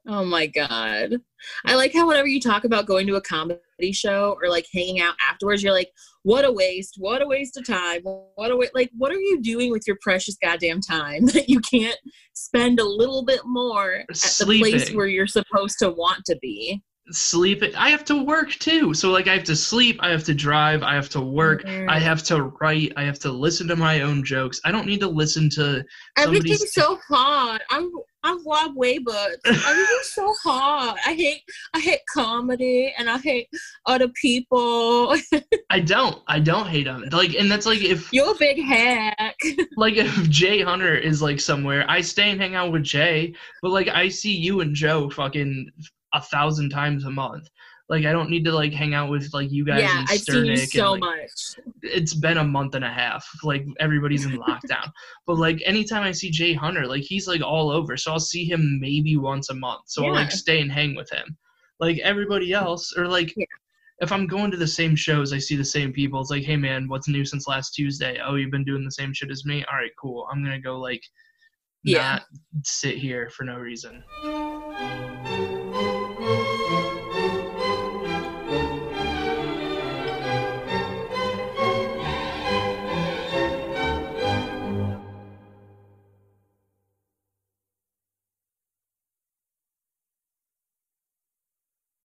S4: Oh my god. I
S1: Mm.
S4: like how whenever you talk about going to a comedy show or like hanging out afterwards, you're like, what a waste, what a waste of time. What a wa-. like what are you doing with your precious goddamn time *laughs* that you can't spend a little bit more at the place
S1: Sleeping.
S4: where you're supposed to want to be?
S1: Sleep. I have to work too. So like I have to sleep, I have to drive, I have to work,
S4: Mhm.
S1: I have to write, I have to listen to my own jokes. I don't need to listen to somebody's-
S4: Everything's so hard. I'm I'm Rob Weber. Everything's
S1: *laughs*
S4: so hard. I hate I hate comedy and I hate other people. *laughs*
S1: I don't. I don't hate on it. Like and that's like if
S4: You're a big hack.
S1: like if Jay Hunter is like somewhere, I stay and hang out with Jay, but like I see you and Joe fucking a thousand times a month. Like I don't need to like hang out with like you guys.
S4: Yeah,
S1: and
S4: I've seen you
S1: Sternick and,
S4: so
S1: like,
S4: much.
S1: It's been a month and a half. Like everybody's in
S4: *laughs*
S1: lockdown, but like anytime I see Jay Hunter, like he's like all over. So I'll see him maybe once a month. So I'll like
S4: Yeah.
S1: stay and hang with him. Like everybody else, or like.
S4: Yeah.
S1: If I'm going to the same shows, I see the same people. It's like, hey man, what's new since last Tuesday? Oh, you've been doing the same shit as me. All right, cool. I'm gonna go like
S4: Yeah.
S1: not sit here for no reason.